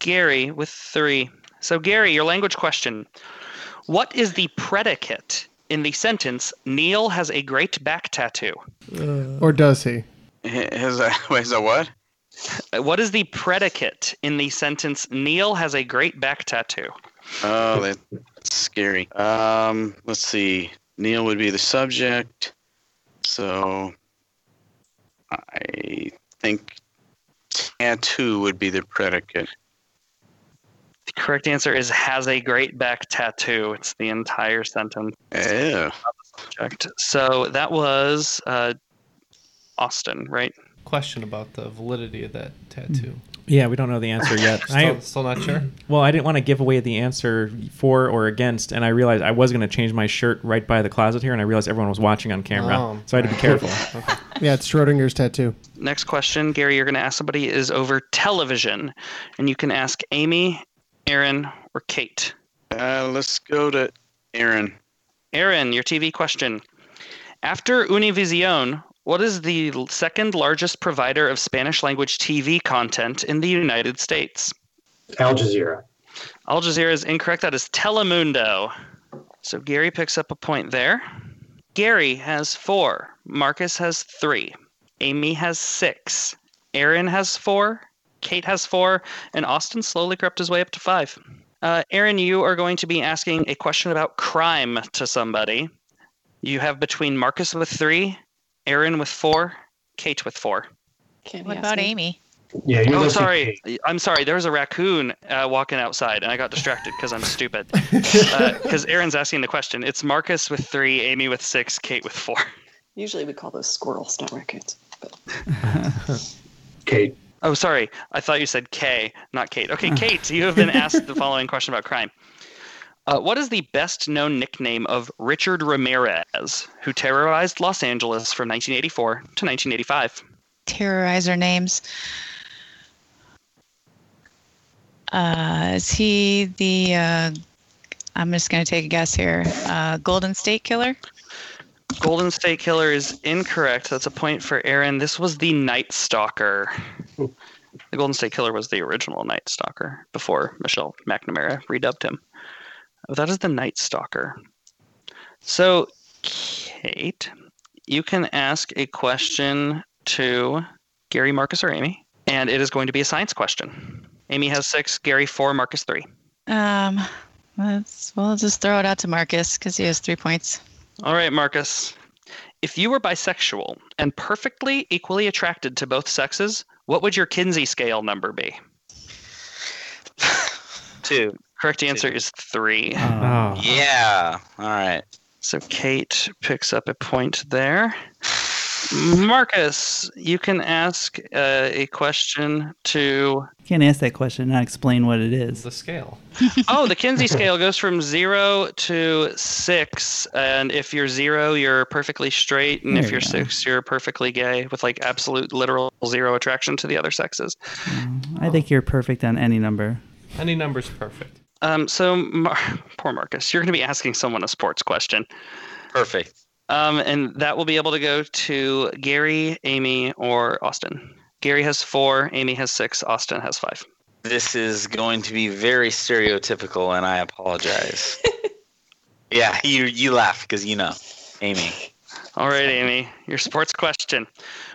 Speaker 9: Gary with three. So, Gary, your language question. What is the predicate in the sentence, Neil has a great back tattoo?
Speaker 7: or does he?
Speaker 10: Has a, wait, is a what?
Speaker 9: Uh, What is the predicate in the sentence, Neil has a great back tattoo?
Speaker 10: Oh, that's scary. Um, let's see. Neil would be the subject. So I think tattoo would be the predicate.
Speaker 9: The correct answer is has a great back tattoo. It's the entire sentence.
Speaker 10: Yeah.
Speaker 9: Subject. So that was uh, Austin, right?
Speaker 5: Question about the validity of that tattoo.
Speaker 6: Yeah, we don't know the answer yet. I,
Speaker 5: Still- still not sure?
Speaker 6: Well, I didn't want to give away the answer for or against, and I realized I was going to change my shirt right by the closet here, and I realized everyone was watching on camera,
Speaker 5: Oh,
Speaker 6: so I had to be
Speaker 5: right.
Speaker 6: careful.
Speaker 7: Yeah, it's Schrodinger's tattoo.
Speaker 9: Next question, Gary, you're going to ask somebody is over television, and you can ask Amy, Aaron, or Kate.
Speaker 10: Uh, let's go to Aaron.
Speaker 9: Aaron, your TV question. After Univision, what is the l- second largest provider of Spanish language TV content in the United States?
Speaker 11: Al Jazeera.
Speaker 9: Al Jazeera is incorrect. That is Telemundo. So Gary picks up a point there. Gary has four. Marcus has three. Amy has six. Aaron has four. Kate has four. And Austin slowly crept his way up to five. Uh, Aaron, you are going to be asking a question about crime to somebody. You have between Marcus with three, Aaron with four, Kate with four.
Speaker 12: Can
Speaker 14: what about Amy?
Speaker 11: Yeah, you're
Speaker 9: oh,
Speaker 11: listening-
Speaker 9: sorry. I'm sorry. There was a raccoon uh, walking outside, and I got distracted because I'm stupid. Because Aaron's asking the question. It's Marcus with three, Amy with six, Kate with four.
Speaker 12: Usually we call those squirrels, not raccoons. But
Speaker 11: Kate.
Speaker 9: Oh, sorry. I thought you said K, not Kate. Okay, Kate, you have been asked the following question about crime. Uh, what is the best known nickname of Richard Ramirez, who terrorized Los Angeles from 1984 to 1985?
Speaker 14: Terrorizer names. Uh, is he the? Uh, I'm just going to take a guess here. Uh, Golden State Killer.
Speaker 9: Golden State Killer is incorrect. That's a point for Aaron. This was the Night Stalker. The Golden State Killer was the original Night Stalker before Michelle McNamara redubbed him. Oh, that is the Night Stalker. So, Kate, you can ask a question to Gary, Marcus, or Amy, and it is going to be a science question. Amy has six, Gary four, Marcus three.
Speaker 14: Um, let's well let's just throw it out to Marcus because he has three points.
Speaker 9: All right, Marcus. If you were bisexual and perfectly equally attracted to both sexes, what would your Kinsey scale number be?
Speaker 13: Two.
Speaker 9: Correct answer is three.
Speaker 13: Oh. Yeah. All right.
Speaker 9: So Kate picks up a point there. Marcus, you can ask uh, a question to.
Speaker 8: You can't ask that question and not explain what it is.
Speaker 5: The scale.
Speaker 9: Oh, the Kinsey scale goes from zero to six. And if you're zero, you're perfectly straight. And
Speaker 8: There
Speaker 9: if you're
Speaker 8: you go.
Speaker 9: six, you're perfectly gay with like absolute literal zero attraction to the other sexes.
Speaker 8: I think you're perfect on any number.
Speaker 5: Any number's perfect.
Speaker 9: Um, so, Mar- poor Marcus, you're going to be asking someone a sports question.
Speaker 13: Perfect.
Speaker 9: Um, and that will be able to go to Gary, Amy, or Austin. Gary has four, Amy has six, Austin has five.
Speaker 13: This is going to be very stereotypical, and I apologize. yeah, you you laugh because you know, Amy.
Speaker 9: All right, Amy, your sports question.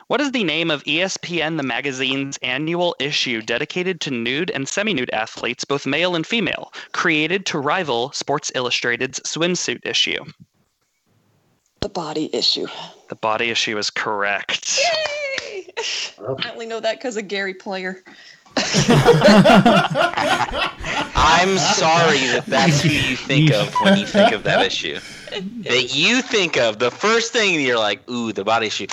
Speaker 9: What is the name of E ESPN, the magazine's annual issue dedicated to nude and semi nude athletes, both male and female, created to rival Sports Illustrated's swimsuit issue?
Speaker 12: the body issue.
Speaker 9: The body issue is correct.
Speaker 12: Yay! I only know that because of Gary Player.
Speaker 13: I'm sorry that that's who you think of when you think of that issue. That you think of the first thing you're like, ooh, the body issue.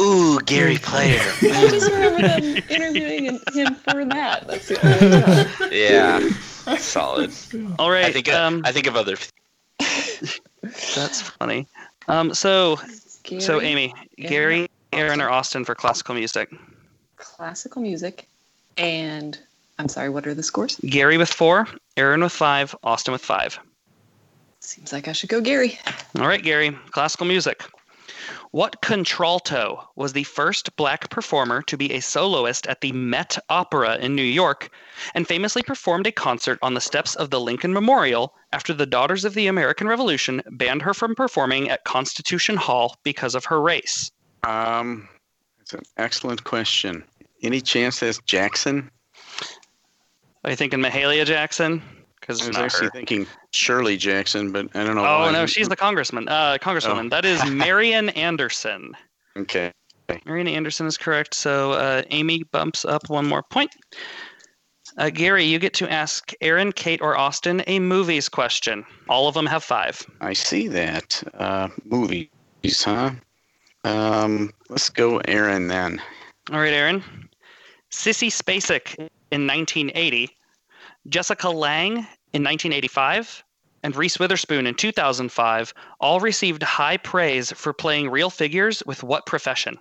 Speaker 13: Ooh, Gary Player.
Speaker 12: I just remember them interviewing him for that. That's the only time.
Speaker 13: Yeah, solid.
Speaker 9: All right. um,
Speaker 13: I think of, I think of other.
Speaker 9: That's funny. Um, so, so
Speaker 12: Gary,
Speaker 9: Amy,
Speaker 12: Aaron,
Speaker 9: Gary, Aaron, or Austin for classical music?
Speaker 12: Classical music, and I'm sorry. What are the scores?
Speaker 9: Gary with four, Aaron with five, Austin with five.
Speaker 12: Seems like I should go Gary.
Speaker 9: All right, Gary, classical music. What contralto was the first black performer to be a soloist at the Met Opera in New York and famously performed a concert on the steps of the Lincoln Memorial after the Daughters of the American Revolution banned her from performing at Constitution Hall because of her race?
Speaker 10: Um, it's an excellent question. Any chance that's Jackson?
Speaker 9: Are you thinking Mahalia Jackson? Because
Speaker 10: I was actually thinking Shirley Jackson, but I don't know.
Speaker 9: Oh
Speaker 10: why.
Speaker 9: no, she's the congressman. Uh, congresswoman.
Speaker 10: Oh.
Speaker 9: That is Marian Anderson.
Speaker 10: Okay.
Speaker 9: Marian Anderson is correct. So uh, Amy bumps up one more point. Uh, Gary, you get to ask Aaron, Kate, or Austin a movies question. All of them have five.
Speaker 10: I see that. Uh, movies, huh? Um, let's go Aaron then.
Speaker 9: All right, Aaron. Sissy Spacek in 1980, Jessica Lang in 1985, and Reese Witherspoon in 2005 all received high praise for playing real figures with what profession?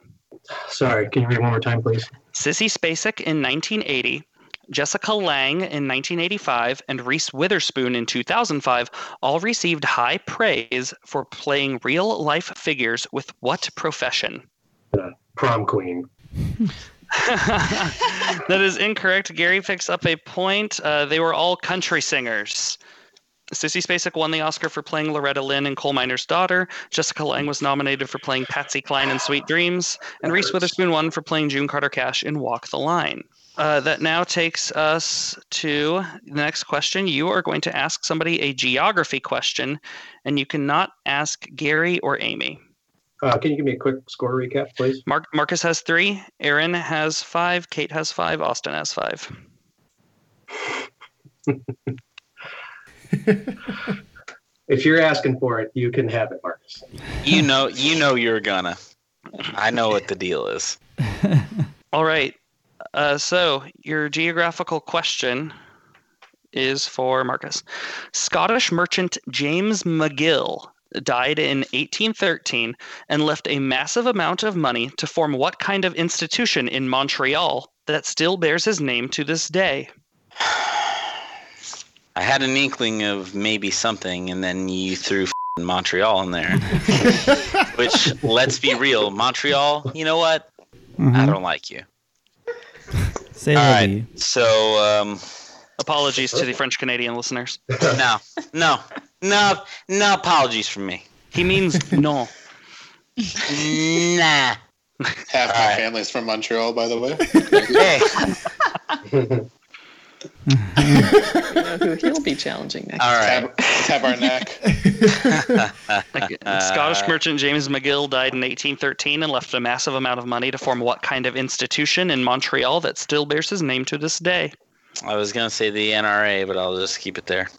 Speaker 11: Sorry, can you read it one more time, please?
Speaker 9: Sissy Spacek in 1980, Jessica Lange in 1985, and Reese Witherspoon in 2005 all received high praise for playing real life figures with what profession?
Speaker 11: The prom queen.
Speaker 9: that is incorrect. Gary picks up a point. Uh, they were all country singers. Sissy Spacek won the Oscar for playing Loretta Lynn in Coal Miner's Daughter. Jessica Lange was nominated for playing Patsy Cline in Sweet Dreams. And Reese Witherspoon won for playing June Carter Cash in Walk the Line. Uh, that now takes us to the next question. You are going to ask somebody a geography question, and you cannot ask Gary or Amy.
Speaker 11: Uh, can you give me a quick score recap, please?
Speaker 9: Mark- Marcus has three, Aaron has five, Kate has five, Austin has five.
Speaker 11: If you're asking for it, you can have it, Marcus.
Speaker 13: You know, you know you're gonna. I know what the deal is.
Speaker 9: All right. Uh, so your geographical question is for Marcus. Scottish merchant James McGill died in 1813 and left a massive amount of money to form what kind of institution in Montreal that still bears his name to this day?
Speaker 13: I had an inkling of maybe something, and then you threw f***ing Montreal in there. Which, let's be real, Montreal, you know what? I don't like you.
Speaker 8: Say
Speaker 13: All
Speaker 8: la
Speaker 13: right.
Speaker 8: vie.
Speaker 13: So, um,
Speaker 9: apologies to the French Canadian listeners.
Speaker 13: no, no, no, no apologies from me.
Speaker 9: He means no.
Speaker 13: Nah.
Speaker 15: Half my family's from Montreal, by the way.
Speaker 13: hey.
Speaker 12: You know who he'll be challenging next.
Speaker 13: All
Speaker 15: Tab- Tabarnak.
Speaker 9: Scottish merchant James McGill died in 1813 and left a massive amount of money to form what kind of institution in Montreal that still bears his name to this day?
Speaker 13: I was gonna say the NRA, but I'll just keep it there.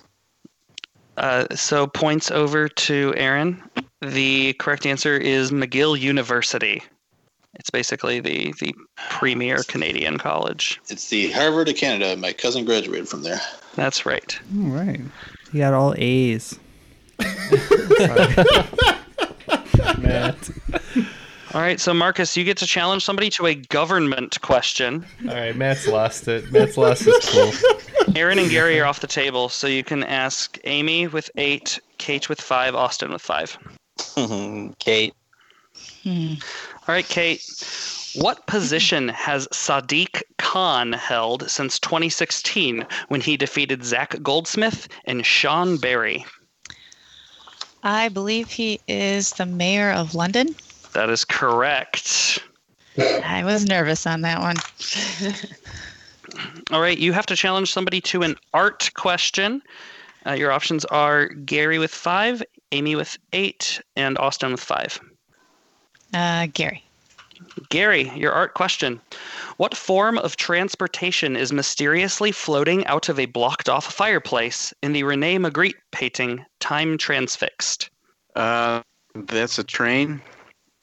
Speaker 9: Uh, so points over to Aaron. The correct answer is McGill University. It's basically the the premier Canadian college.
Speaker 15: It's the Harvard of Canada. My cousin graduated from there.
Speaker 9: That's right.
Speaker 8: All right. He got all A's.
Speaker 7: Matt.
Speaker 9: All right, so Marcus, you get to challenge somebody to a government question.
Speaker 5: All right, Matt's lost it. Matt's lost his cool.
Speaker 9: Aaron and Gary are off the table, so you can ask Amy with eight, Kate with five, Austin with five.
Speaker 13: Kate.
Speaker 9: All right, Kate. What position has Sadiq Khan held since 2016 when he defeated Zach Goldsmith and Sean Barry?
Speaker 14: I believe he is the mayor of London.
Speaker 9: That is correct.
Speaker 14: I was nervous on that one.
Speaker 9: All right, you have to challenge somebody to an art question. Uh, your options are Gary with five, Amy with eight, and Austin with five.
Speaker 14: Uh, Gary.
Speaker 9: Gary, your art question. What form of transportation is mysteriously floating out of a blocked off fireplace in the Rene Magritte painting, Time Transfixed?
Speaker 10: Uh, that's a train.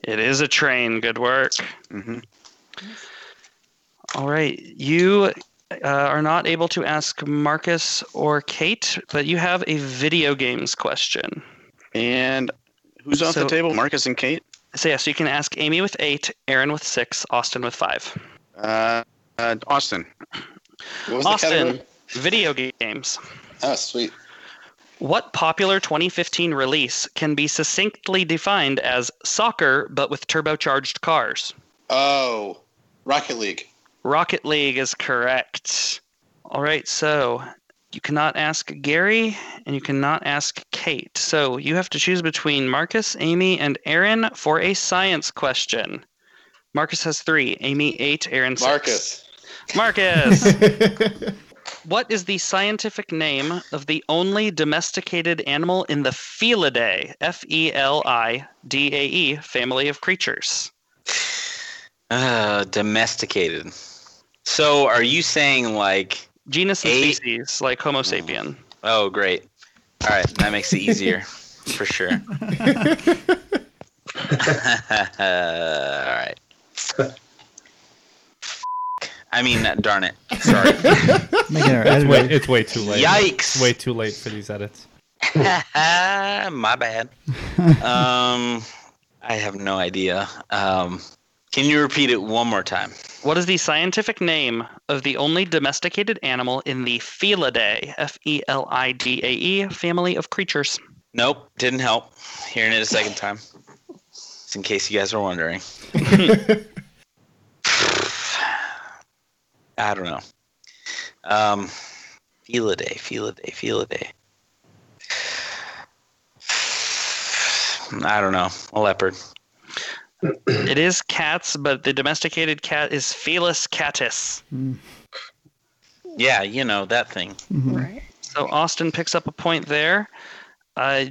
Speaker 9: It is a train. Good work.
Speaker 10: Mm-hmm.
Speaker 9: All right. You uh, are not able to ask Marcus or Kate, but you have a video games question.
Speaker 10: And who's off the table? Marcus and Kate.
Speaker 9: So, yeah, so you can ask Amy with eight, Aaron with six, Austin with five.
Speaker 10: Uh, uh, Austin.
Speaker 15: What was the
Speaker 9: Austin,
Speaker 15: category?
Speaker 9: video games.
Speaker 15: Oh, sweet.
Speaker 9: What popular 2015 release can be succinctly defined as soccer but with turbocharged cars?
Speaker 15: Oh, Rocket League.
Speaker 9: Rocket League is correct. All right, so you cannot ask Gary and you cannot ask Kate. So you have to choose between Marcus, Amy, and Aaron for a science question. Marcus has three, Amy eight, Aaron six.
Speaker 15: Marcus.
Speaker 9: Marcus. what is the scientific name of the only domesticated animal in the Felidae, F E L I D A E, family of creatures?
Speaker 13: Uh, domesticated. So, are you saying like
Speaker 9: genus and species, like Homo sapien?
Speaker 13: Oh, great. All right, that makes it easier for sure. All right. I mean, darn it. Sorry.
Speaker 5: it's, way, it's way too late.
Speaker 13: Yikes.
Speaker 5: Way too late for these edits.
Speaker 13: Ah, My bad. Um, I have no idea. Um, Can you repeat it one more time?
Speaker 9: What is the scientific name of the only domesticated animal in the E Felidae, F E L I D A E, family of creatures?
Speaker 13: Nope, didn't help. Hearing it a second time. Just in case you guys were wondering. I don't know. Um, Felidae, Felidae, Felidae. I don't know. A leopard.
Speaker 9: it is cats, but the domesticated cat is Felis catus.
Speaker 13: Yeah, you know that thing.
Speaker 9: Right. So Austin picks up a point there. Uh,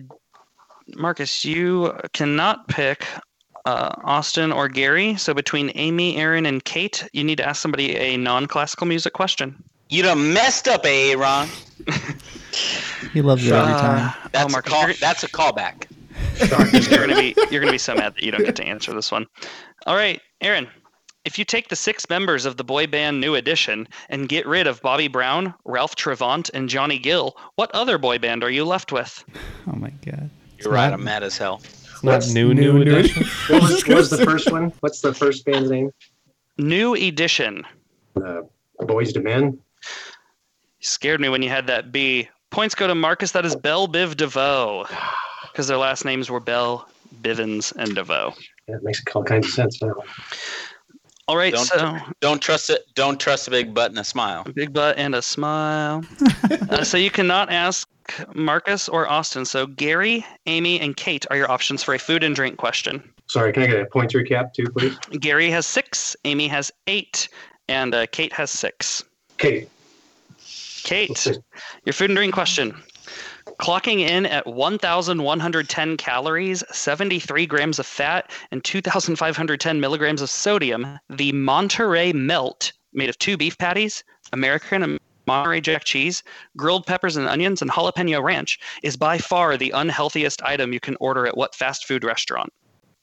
Speaker 9: Marcus, you cannot pick uh, Austin or Gary. So between Amy, Aaron, and Kate, you need to ask somebody a non-classical music question.
Speaker 13: You done messed up, Aaron.
Speaker 8: He loves you
Speaker 9: Uh,
Speaker 8: every time.
Speaker 13: That's a call. That's a callback.
Speaker 9: you're gonna be you're gonna be so mad that you don't get to answer this one. All right, Aaron. If you take the six members of the boy band New Edition and get rid of Bobby Brown, Ralph Trevant, and Johnny Gill, what other boy band are you left with?
Speaker 8: Oh my god.
Speaker 13: You're right. I'm mad as hell.
Speaker 9: It's not new, new edition.
Speaker 11: What was, what was the first one? What's the first band's name?
Speaker 9: New Edition.
Speaker 11: Uh, Boys to Men.
Speaker 9: You scared me when you had that B. Points go to Marcus. That is Bell Biv DeVoe, because their last names were Bell, Bivens, and DeVoe.
Speaker 11: That makes all kinds of sense now.
Speaker 9: All right,
Speaker 13: Don't,
Speaker 9: so
Speaker 13: don't trust it. Don't trust a big butt and a smile.
Speaker 9: big butt and a smile. Uh, so you cannot ask Marcus or Austin. So Gary, Amy, and Kate are your options for a food and drink question.
Speaker 11: Sorry, can I get a points recap too, please?
Speaker 9: Gary has six, Amy has eight, and uh, Kate has six.
Speaker 11: Kate.
Speaker 9: Kate, your food and drink question. Clocking in at 1,110 calories, 73 grams of fat, and 2,510 milligrams of sodium, the Monterey Melt, made of two beef patties, American and Monterey Jack cheese, grilled peppers and onions, and jalapeno ranch, is by far the unhealthiest item you can order at what fast food restaurant?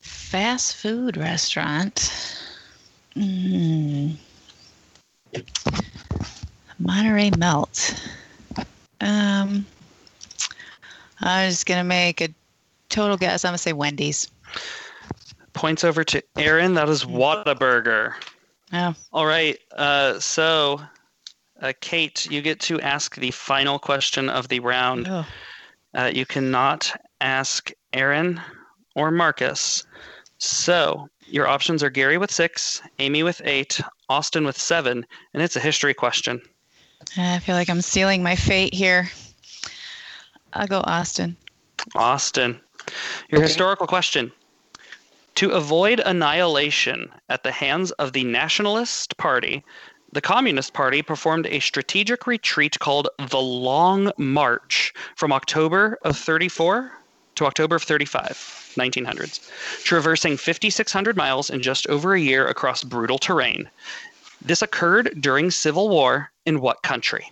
Speaker 14: Fast food restaurant. Mm. Monterey Melt. Um, I was gonna make a total guess. I'm gonna say Wendy's.
Speaker 9: Points over to Aaron. That is Whataburger.
Speaker 14: Oh,
Speaker 9: All right. Uh, so, uh, Kate, you get to ask the final question of the round.
Speaker 14: Oh.
Speaker 9: Uh, you cannot ask Aaron or Marcus. So, your options are Gary with six, Amy with eight, Austin with seven, and it's a history question.
Speaker 14: I feel like I'm sealing my fate here. I'll go Austin.
Speaker 9: Austin, your historical question. To avoid annihilation at the hands of the Nationalist Party, the Communist Party performed a strategic retreat called the Long March from October of 34 to October of 35, 1900s, traversing 5,600 miles in just over a year across brutal terrain. This occurred during Civil War in what country?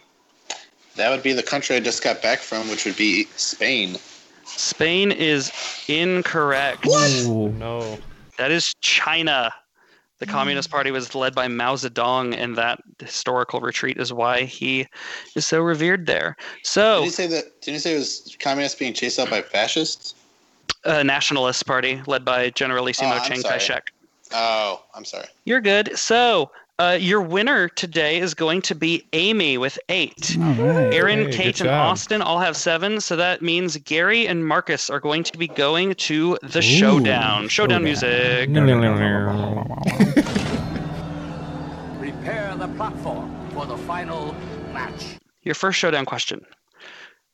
Speaker 15: That would be the country I just got back from, which would be Spain.
Speaker 9: Spain is incorrect.
Speaker 5: no.
Speaker 9: That is China. The
Speaker 15: Hmm.
Speaker 9: Communist Party was led by Mao Zedong, and that historical retreat is why he is so revered there.
Speaker 15: Did
Speaker 9: So,
Speaker 15: you say that? Did you say it was communists being chased out by fascists?
Speaker 9: a uh, nationalist party led by Generalissimo
Speaker 15: Oh, I'm
Speaker 9: Chiang
Speaker 15: sorry.
Speaker 9: Kai shek.
Speaker 15: Oh, I'm sorry.
Speaker 9: You're good. So, uh, your winner today is going to be Amy with
Speaker 15: Hmm.
Speaker 9: eight.
Speaker 8: All right.
Speaker 9: Aaron,
Speaker 8: Hey,
Speaker 9: Kate,
Speaker 8: good
Speaker 9: and
Speaker 8: job.
Speaker 9: Austin all have seven. So that means Gary and Marcus are going to be going to the showdown. Showdown music.
Speaker 16: Prepare the platform for the final match.
Speaker 9: Your first showdown question.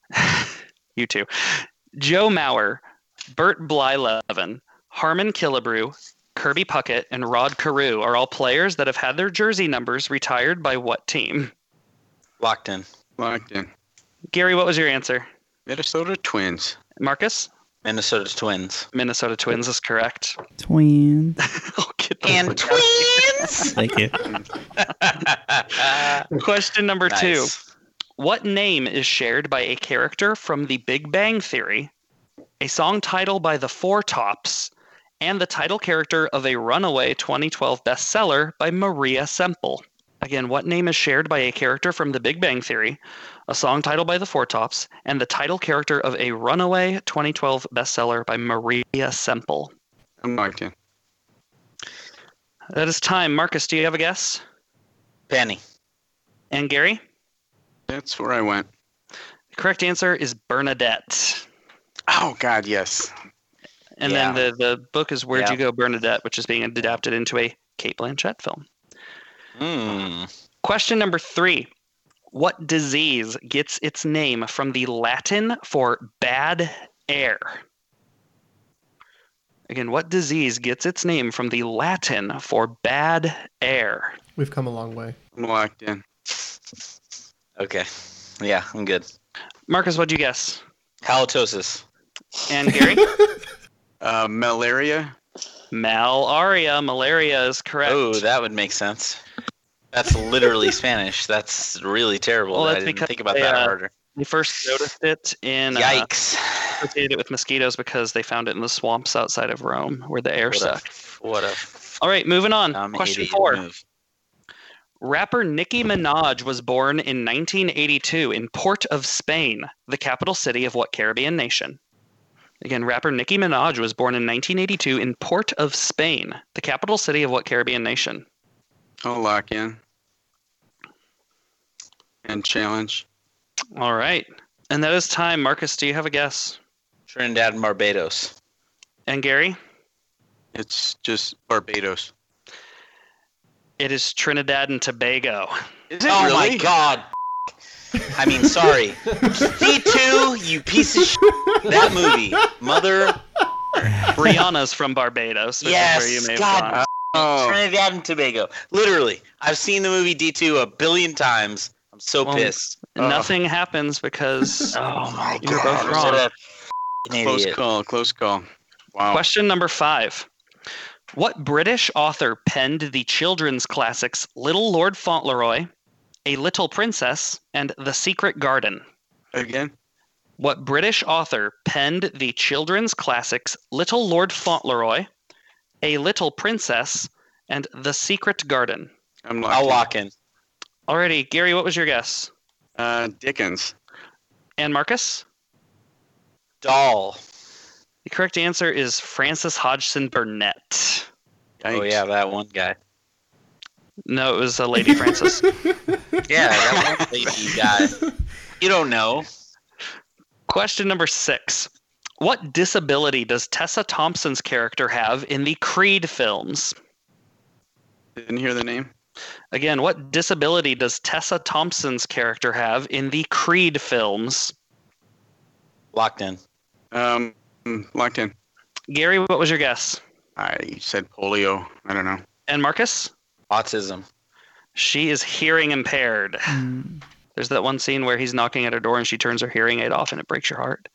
Speaker 9: you two. Joe Mauer, Bert Blyleven, Harmon Killebrew, Kirby Puckett, and Rod Carew are all players that have had their jersey numbers retired by what team?
Speaker 13: Locked in.
Speaker 10: Locked in.
Speaker 9: Gary, what was your answer?
Speaker 10: Minnesota Twins.
Speaker 9: Marcus?
Speaker 13: Minnesota Twins.
Speaker 9: Minnesota Twins is correct.
Speaker 8: Twins.
Speaker 13: And twins.
Speaker 8: Thank you.
Speaker 9: Question number two.
Speaker 13: Nice.
Speaker 9: What name is shared by a character from The Big Bang Theory, a song title by The Four Tops, and the title character of a runaway 2012 bestseller by Maria Semple? Again, what name is shared by a character from The Big Bang Theory, a song title by The Four Tops, and the title character of a runaway 2012 bestseller by Maria Semple?
Speaker 10: I'm locked in.
Speaker 9: That is time. Marcus, do you have a guess?
Speaker 13: Penny.
Speaker 9: And Gary?
Speaker 10: That's where I went.
Speaker 9: The correct answer is Bernadette.
Speaker 10: Oh, God, yes.
Speaker 9: And
Speaker 10: Yeah.
Speaker 9: then the, the book is Where'd You
Speaker 10: Yeah.
Speaker 9: Go, Bernadette, which is being adapted into a Kate Blanchett film.
Speaker 13: Hmm.
Speaker 9: Question number three What disease gets its name from the Latin for bad air? Again, what disease gets its name from the Latin for bad air?
Speaker 7: We've come a long way.
Speaker 10: I'm locked in.
Speaker 13: Okay. Yeah, I'm good.
Speaker 9: Marcus, what'd you guess?
Speaker 13: Halitosis.
Speaker 9: And Gary?
Speaker 10: uh, malaria.
Speaker 9: Malaria. Malaria is correct.
Speaker 13: Oh, that would make sense. That's literally Spanish. That's really terrible.
Speaker 9: Well,
Speaker 13: that
Speaker 9: that's
Speaker 13: I didn't
Speaker 9: because
Speaker 13: think about
Speaker 9: they,
Speaker 13: that
Speaker 9: uh,
Speaker 13: harder.
Speaker 9: They first noticed it in.
Speaker 13: Yikes.
Speaker 9: Uh, associated it with mosquitoes because they found it in the swamps outside of Rome where the air
Speaker 13: What a-
Speaker 9: sucked.
Speaker 13: What a
Speaker 9: All right, moving on.
Speaker 13: dumb
Speaker 9: Question
Speaker 13: idiot
Speaker 9: four.
Speaker 13: move.
Speaker 9: Rapper Nicki Minaj was born in 1982 in Port of Spain, the capital city of what Caribbean nation? Again, rapper Nicki Minaj was born in 1982 in Port of Spain, the capital city of what Caribbean nation?
Speaker 10: I'll lock in. And challenge.
Speaker 9: All right. And that is time. Marcus, do you have a guess?
Speaker 13: Trinidad and Barbados.
Speaker 9: And Gary?
Speaker 10: It's just Barbados.
Speaker 9: It is Trinidad and Tobago.
Speaker 10: it
Speaker 13: oh my
Speaker 10: really?
Speaker 13: god. I mean, sorry. D2, you piece of shit. That movie. Mother.
Speaker 9: Brianna's from Barbados. Which
Speaker 13: Yes.
Speaker 9: is where you may have gone.
Speaker 13: God. Oh.
Speaker 10: Oh.
Speaker 13: Trinidad and Tobago. Literally. I've seen the movie D2 a billion times. I'm so
Speaker 9: Well,
Speaker 13: pissed.
Speaker 10: Oh,
Speaker 9: Nothing happens because
Speaker 13: Oh my
Speaker 9: you're
Speaker 13: god.
Speaker 9: both wrong.
Speaker 13: What a
Speaker 10: Close
Speaker 13: idiot.
Speaker 10: call. Close call. Wow.
Speaker 9: Question number five. What British author penned the children's classics Little Lord Fauntleroy, A Little Princess, and The Secret Garden?
Speaker 10: Again?
Speaker 9: What British author penned the children's classics Little Lord Fauntleroy, A Little Princess, and The Secret Garden?
Speaker 10: I'm
Speaker 13: I'll
Speaker 10: locked
Speaker 13: lock in.
Speaker 9: Alrighty, Gary, what was your guess?
Speaker 10: in. Uh, Dickens.
Speaker 9: And Marcus?
Speaker 13: Doll.
Speaker 9: The correct answer is Francis Hodgson Burnett.
Speaker 13: Oh, yeah, that one guy.
Speaker 9: No, it was a Lady Francis.
Speaker 13: Yeah, that one lady guy. You don't know.
Speaker 9: Question number six. What disability does Tessa Thompson's character have in the Creed films?
Speaker 10: Didn't hear the name.
Speaker 9: Again, what disability does Tessa Thompson's character have in the Creed films?
Speaker 13: Locked in.
Speaker 10: Um, locked in.
Speaker 9: Gary, what was your guess?
Speaker 10: I said polio. I don't know.
Speaker 9: And Marcus?
Speaker 13: Autism.
Speaker 9: She is hearing impaired.
Speaker 5: Mm,
Speaker 9: There's that one scene where he's knocking at her door and she turns her hearing aid off and it breaks your heart.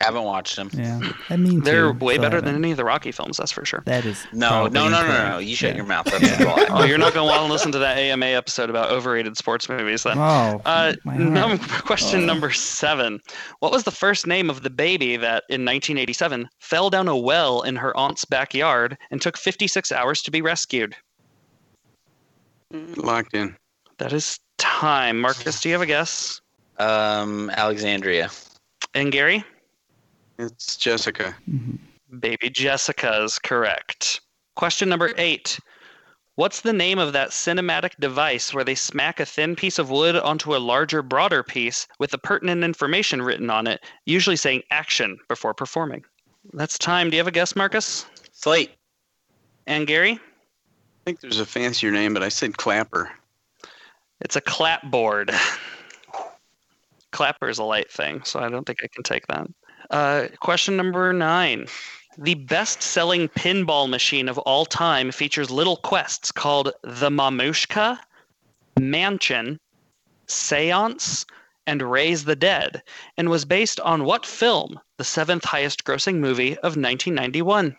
Speaker 13: Haven't watched him.
Speaker 8: Yeah. I mean,
Speaker 9: They're
Speaker 8: to,
Speaker 9: way
Speaker 8: so I
Speaker 9: better than
Speaker 8: haven't.
Speaker 9: any of the Rocky films, that's for sure.
Speaker 8: That is.
Speaker 13: No,
Speaker 8: probably
Speaker 13: no, no, no, no,
Speaker 8: incorrect.
Speaker 13: no. You shut
Speaker 8: Yeah.
Speaker 13: your mouth. That's a lie.
Speaker 9: Oh, you're not going to want to listen to that AMA episode about overrated sports movies then.
Speaker 8: Oh,
Speaker 9: Uh,
Speaker 8: my
Speaker 9: num-
Speaker 8: heart.
Speaker 9: question number seven. What was the first name of the baby that, in 1987, fell down a well in her aunt's backyard and took 56 hours to be rescued?
Speaker 10: Locked in.
Speaker 9: That is time. Marcus, do you have a guess?
Speaker 13: Um, Alexandria.
Speaker 9: And Gary?
Speaker 10: It's Jessica.
Speaker 9: Baby Jessica is correct. Question number eight. What's the name of that cinematic device where they smack a thin piece of wood onto a larger, broader piece with the pertinent information written on it, usually saying action before performing? That's time. Do you have a guess, Marcus?
Speaker 13: Slate.
Speaker 9: And Gary?
Speaker 10: I think there's a fancier name, but I said clapper.
Speaker 9: It's a clapboard. Clapper is a light thing, so I don't think I can take that. Uh, question number nine. The best selling pinball machine of all time features little quests called the Mamushka, Mansion, Seance, and Raise the Dead, and was based on what film, the seventh highest grossing movie of 1991?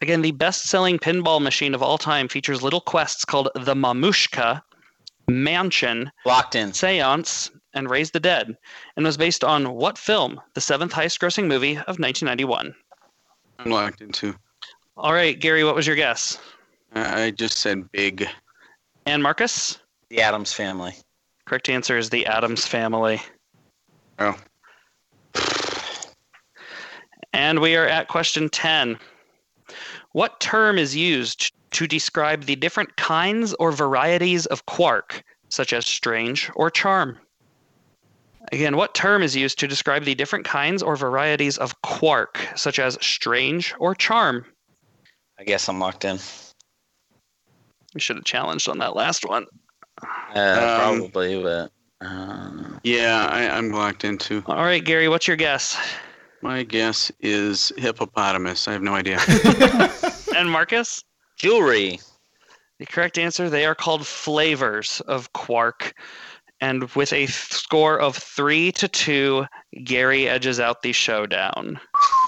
Speaker 9: Again, the best selling pinball machine of all time features little quests called the Mamushka, Mansion,
Speaker 13: Locked in.
Speaker 9: Seance, and Raise the Dead, and was based on what film, the seventh highest grossing movie of 1991?
Speaker 10: I'm locked in too.
Speaker 9: All right, Gary, what was your guess?
Speaker 10: I I just said big.
Speaker 9: And Marcus?
Speaker 13: The Adams family.
Speaker 9: Correct answer is The Adams Family.
Speaker 10: Oh.
Speaker 9: And we are at question 10. What term is used to describe the different kinds or varieties of quark, such as strange or charm? Again, what term is used to describe the different kinds or varieties of quark, such as strange or charm?
Speaker 13: I guess I'm locked in.
Speaker 9: We should have challenged on that last one.
Speaker 13: Uh,
Speaker 10: Um,
Speaker 13: probably, but uh,
Speaker 10: Yeah, I, I'm locked into.
Speaker 9: All right, Gary, what's your guess?
Speaker 10: My guess is hippopotamus. I have no idea.
Speaker 9: And Marcus?
Speaker 13: Jewelry.
Speaker 9: The correct answer they are called flavors of quark. And with a th- score of three to two, Gary edges out the showdown.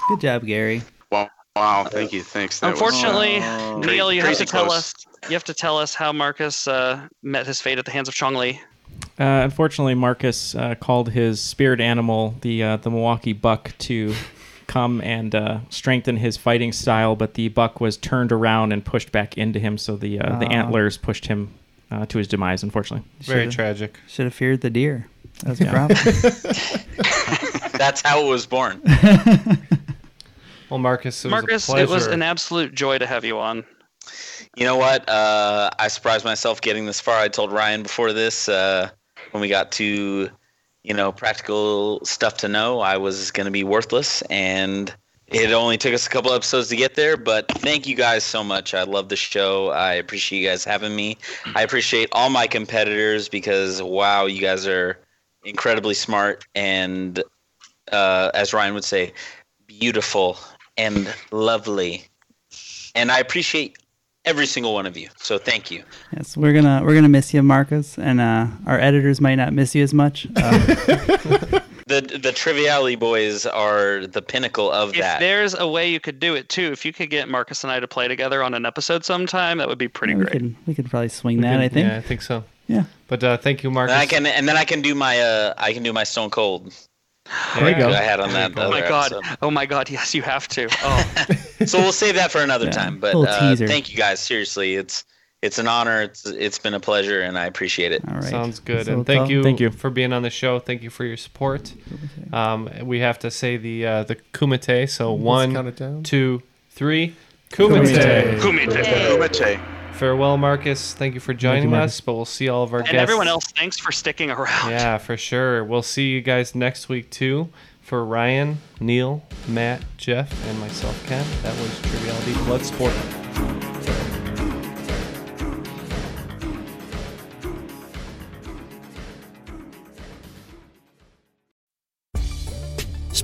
Speaker 8: Good job, Gary.
Speaker 10: Wow. Wow. Thank you. Thanks. That was- uh,
Speaker 9: Unfortunately, Neil, you have to
Speaker 10: Crazy
Speaker 9: tell
Speaker 10: close.
Speaker 9: us. You have to tell us how Marcus uh, met his fate at the hands of Chongli.
Speaker 6: Uh, unfortunately, Marcus uh, called his spirit animal, the uh, the Milwaukee buck, to come and uh, strengthen his fighting style. But the buck was turned around and pushed back into him, so the uh, the
Speaker 8: Ah.
Speaker 6: antlers pushed him uh, to his demise. Unfortunately,
Speaker 5: tragic.
Speaker 8: Should have feared the deer. That's a
Speaker 6: Yeah.
Speaker 8: problem.
Speaker 13: that's how it was born.
Speaker 5: Well, Marcus, it was
Speaker 9: Marcus,
Speaker 5: a
Speaker 9: it
Speaker 5: pleasure.
Speaker 9: was an absolute joy to have you on.
Speaker 13: You know what? Uh, I surprised myself getting this far. I told Ryan before this uh, when we got to, you know, practical stuff to know, I was going to be worthless. And it only took us a couple episodes to get there. But thank you guys so much. I love the show. I appreciate you guys having me. I appreciate all my competitors because, wow, you guys are incredibly smart. And uh, as Ryan would say, beautiful and lovely. And I appreciate every single one of you. So thank you.
Speaker 8: Yes, we're gonna we're gonna miss you, Marcus, and uh, our editors might not miss you as much. Uh,
Speaker 13: The the Triviality Boys are the pinnacle of
Speaker 9: If
Speaker 13: that.
Speaker 9: there's a way you could do it too, if you could get Marcus and I to play together on an episode sometime, that would be pretty
Speaker 8: we
Speaker 9: great.
Speaker 8: could we could probably swing
Speaker 5: We
Speaker 8: that.
Speaker 5: could-
Speaker 8: I think.
Speaker 5: Yeah, I think so.
Speaker 8: Yeah.
Speaker 5: But uh, thank you, Marcus.
Speaker 13: And I can and then I can do my uh I can do my Stone Cold.
Speaker 5: There you go.
Speaker 13: that I had on that.
Speaker 9: Oh my
Speaker 13: other
Speaker 9: god!
Speaker 13: episode.
Speaker 9: Oh my god! Yes, you have to. Oh,
Speaker 13: So we'll save that for another
Speaker 9: Yeah,
Speaker 13: time. But
Speaker 8: little
Speaker 13: uh,
Speaker 8: teaser.
Speaker 13: thank you guys. Seriously, it's it's an honor. It's it's been a pleasure, and I appreciate it.
Speaker 8: All right.
Speaker 5: Sounds good.
Speaker 8: So
Speaker 5: and
Speaker 8: we'll
Speaker 5: thank
Speaker 8: tell-
Speaker 5: you,
Speaker 8: thank you.
Speaker 5: for being on the show. Thank you for your support. Um, we have to say the uh, the kumite. So
Speaker 7: Let's count
Speaker 5: one,
Speaker 7: it down.
Speaker 5: two, three. Kumite.
Speaker 7: Kumite. Kumite.
Speaker 10: Kumite.
Speaker 5: Farewell, Marcus. Thank you for joining
Speaker 7: Marcus.
Speaker 5: us. But we'll see all of our
Speaker 9: and
Speaker 5: guests.
Speaker 9: everyone else, thanks for sticking around.
Speaker 5: Yeah, for sure. We'll see you guys next week too. For Ryan, Neil, Matt, Jeff, and myself, Ken. That was Triviality Bloodsport.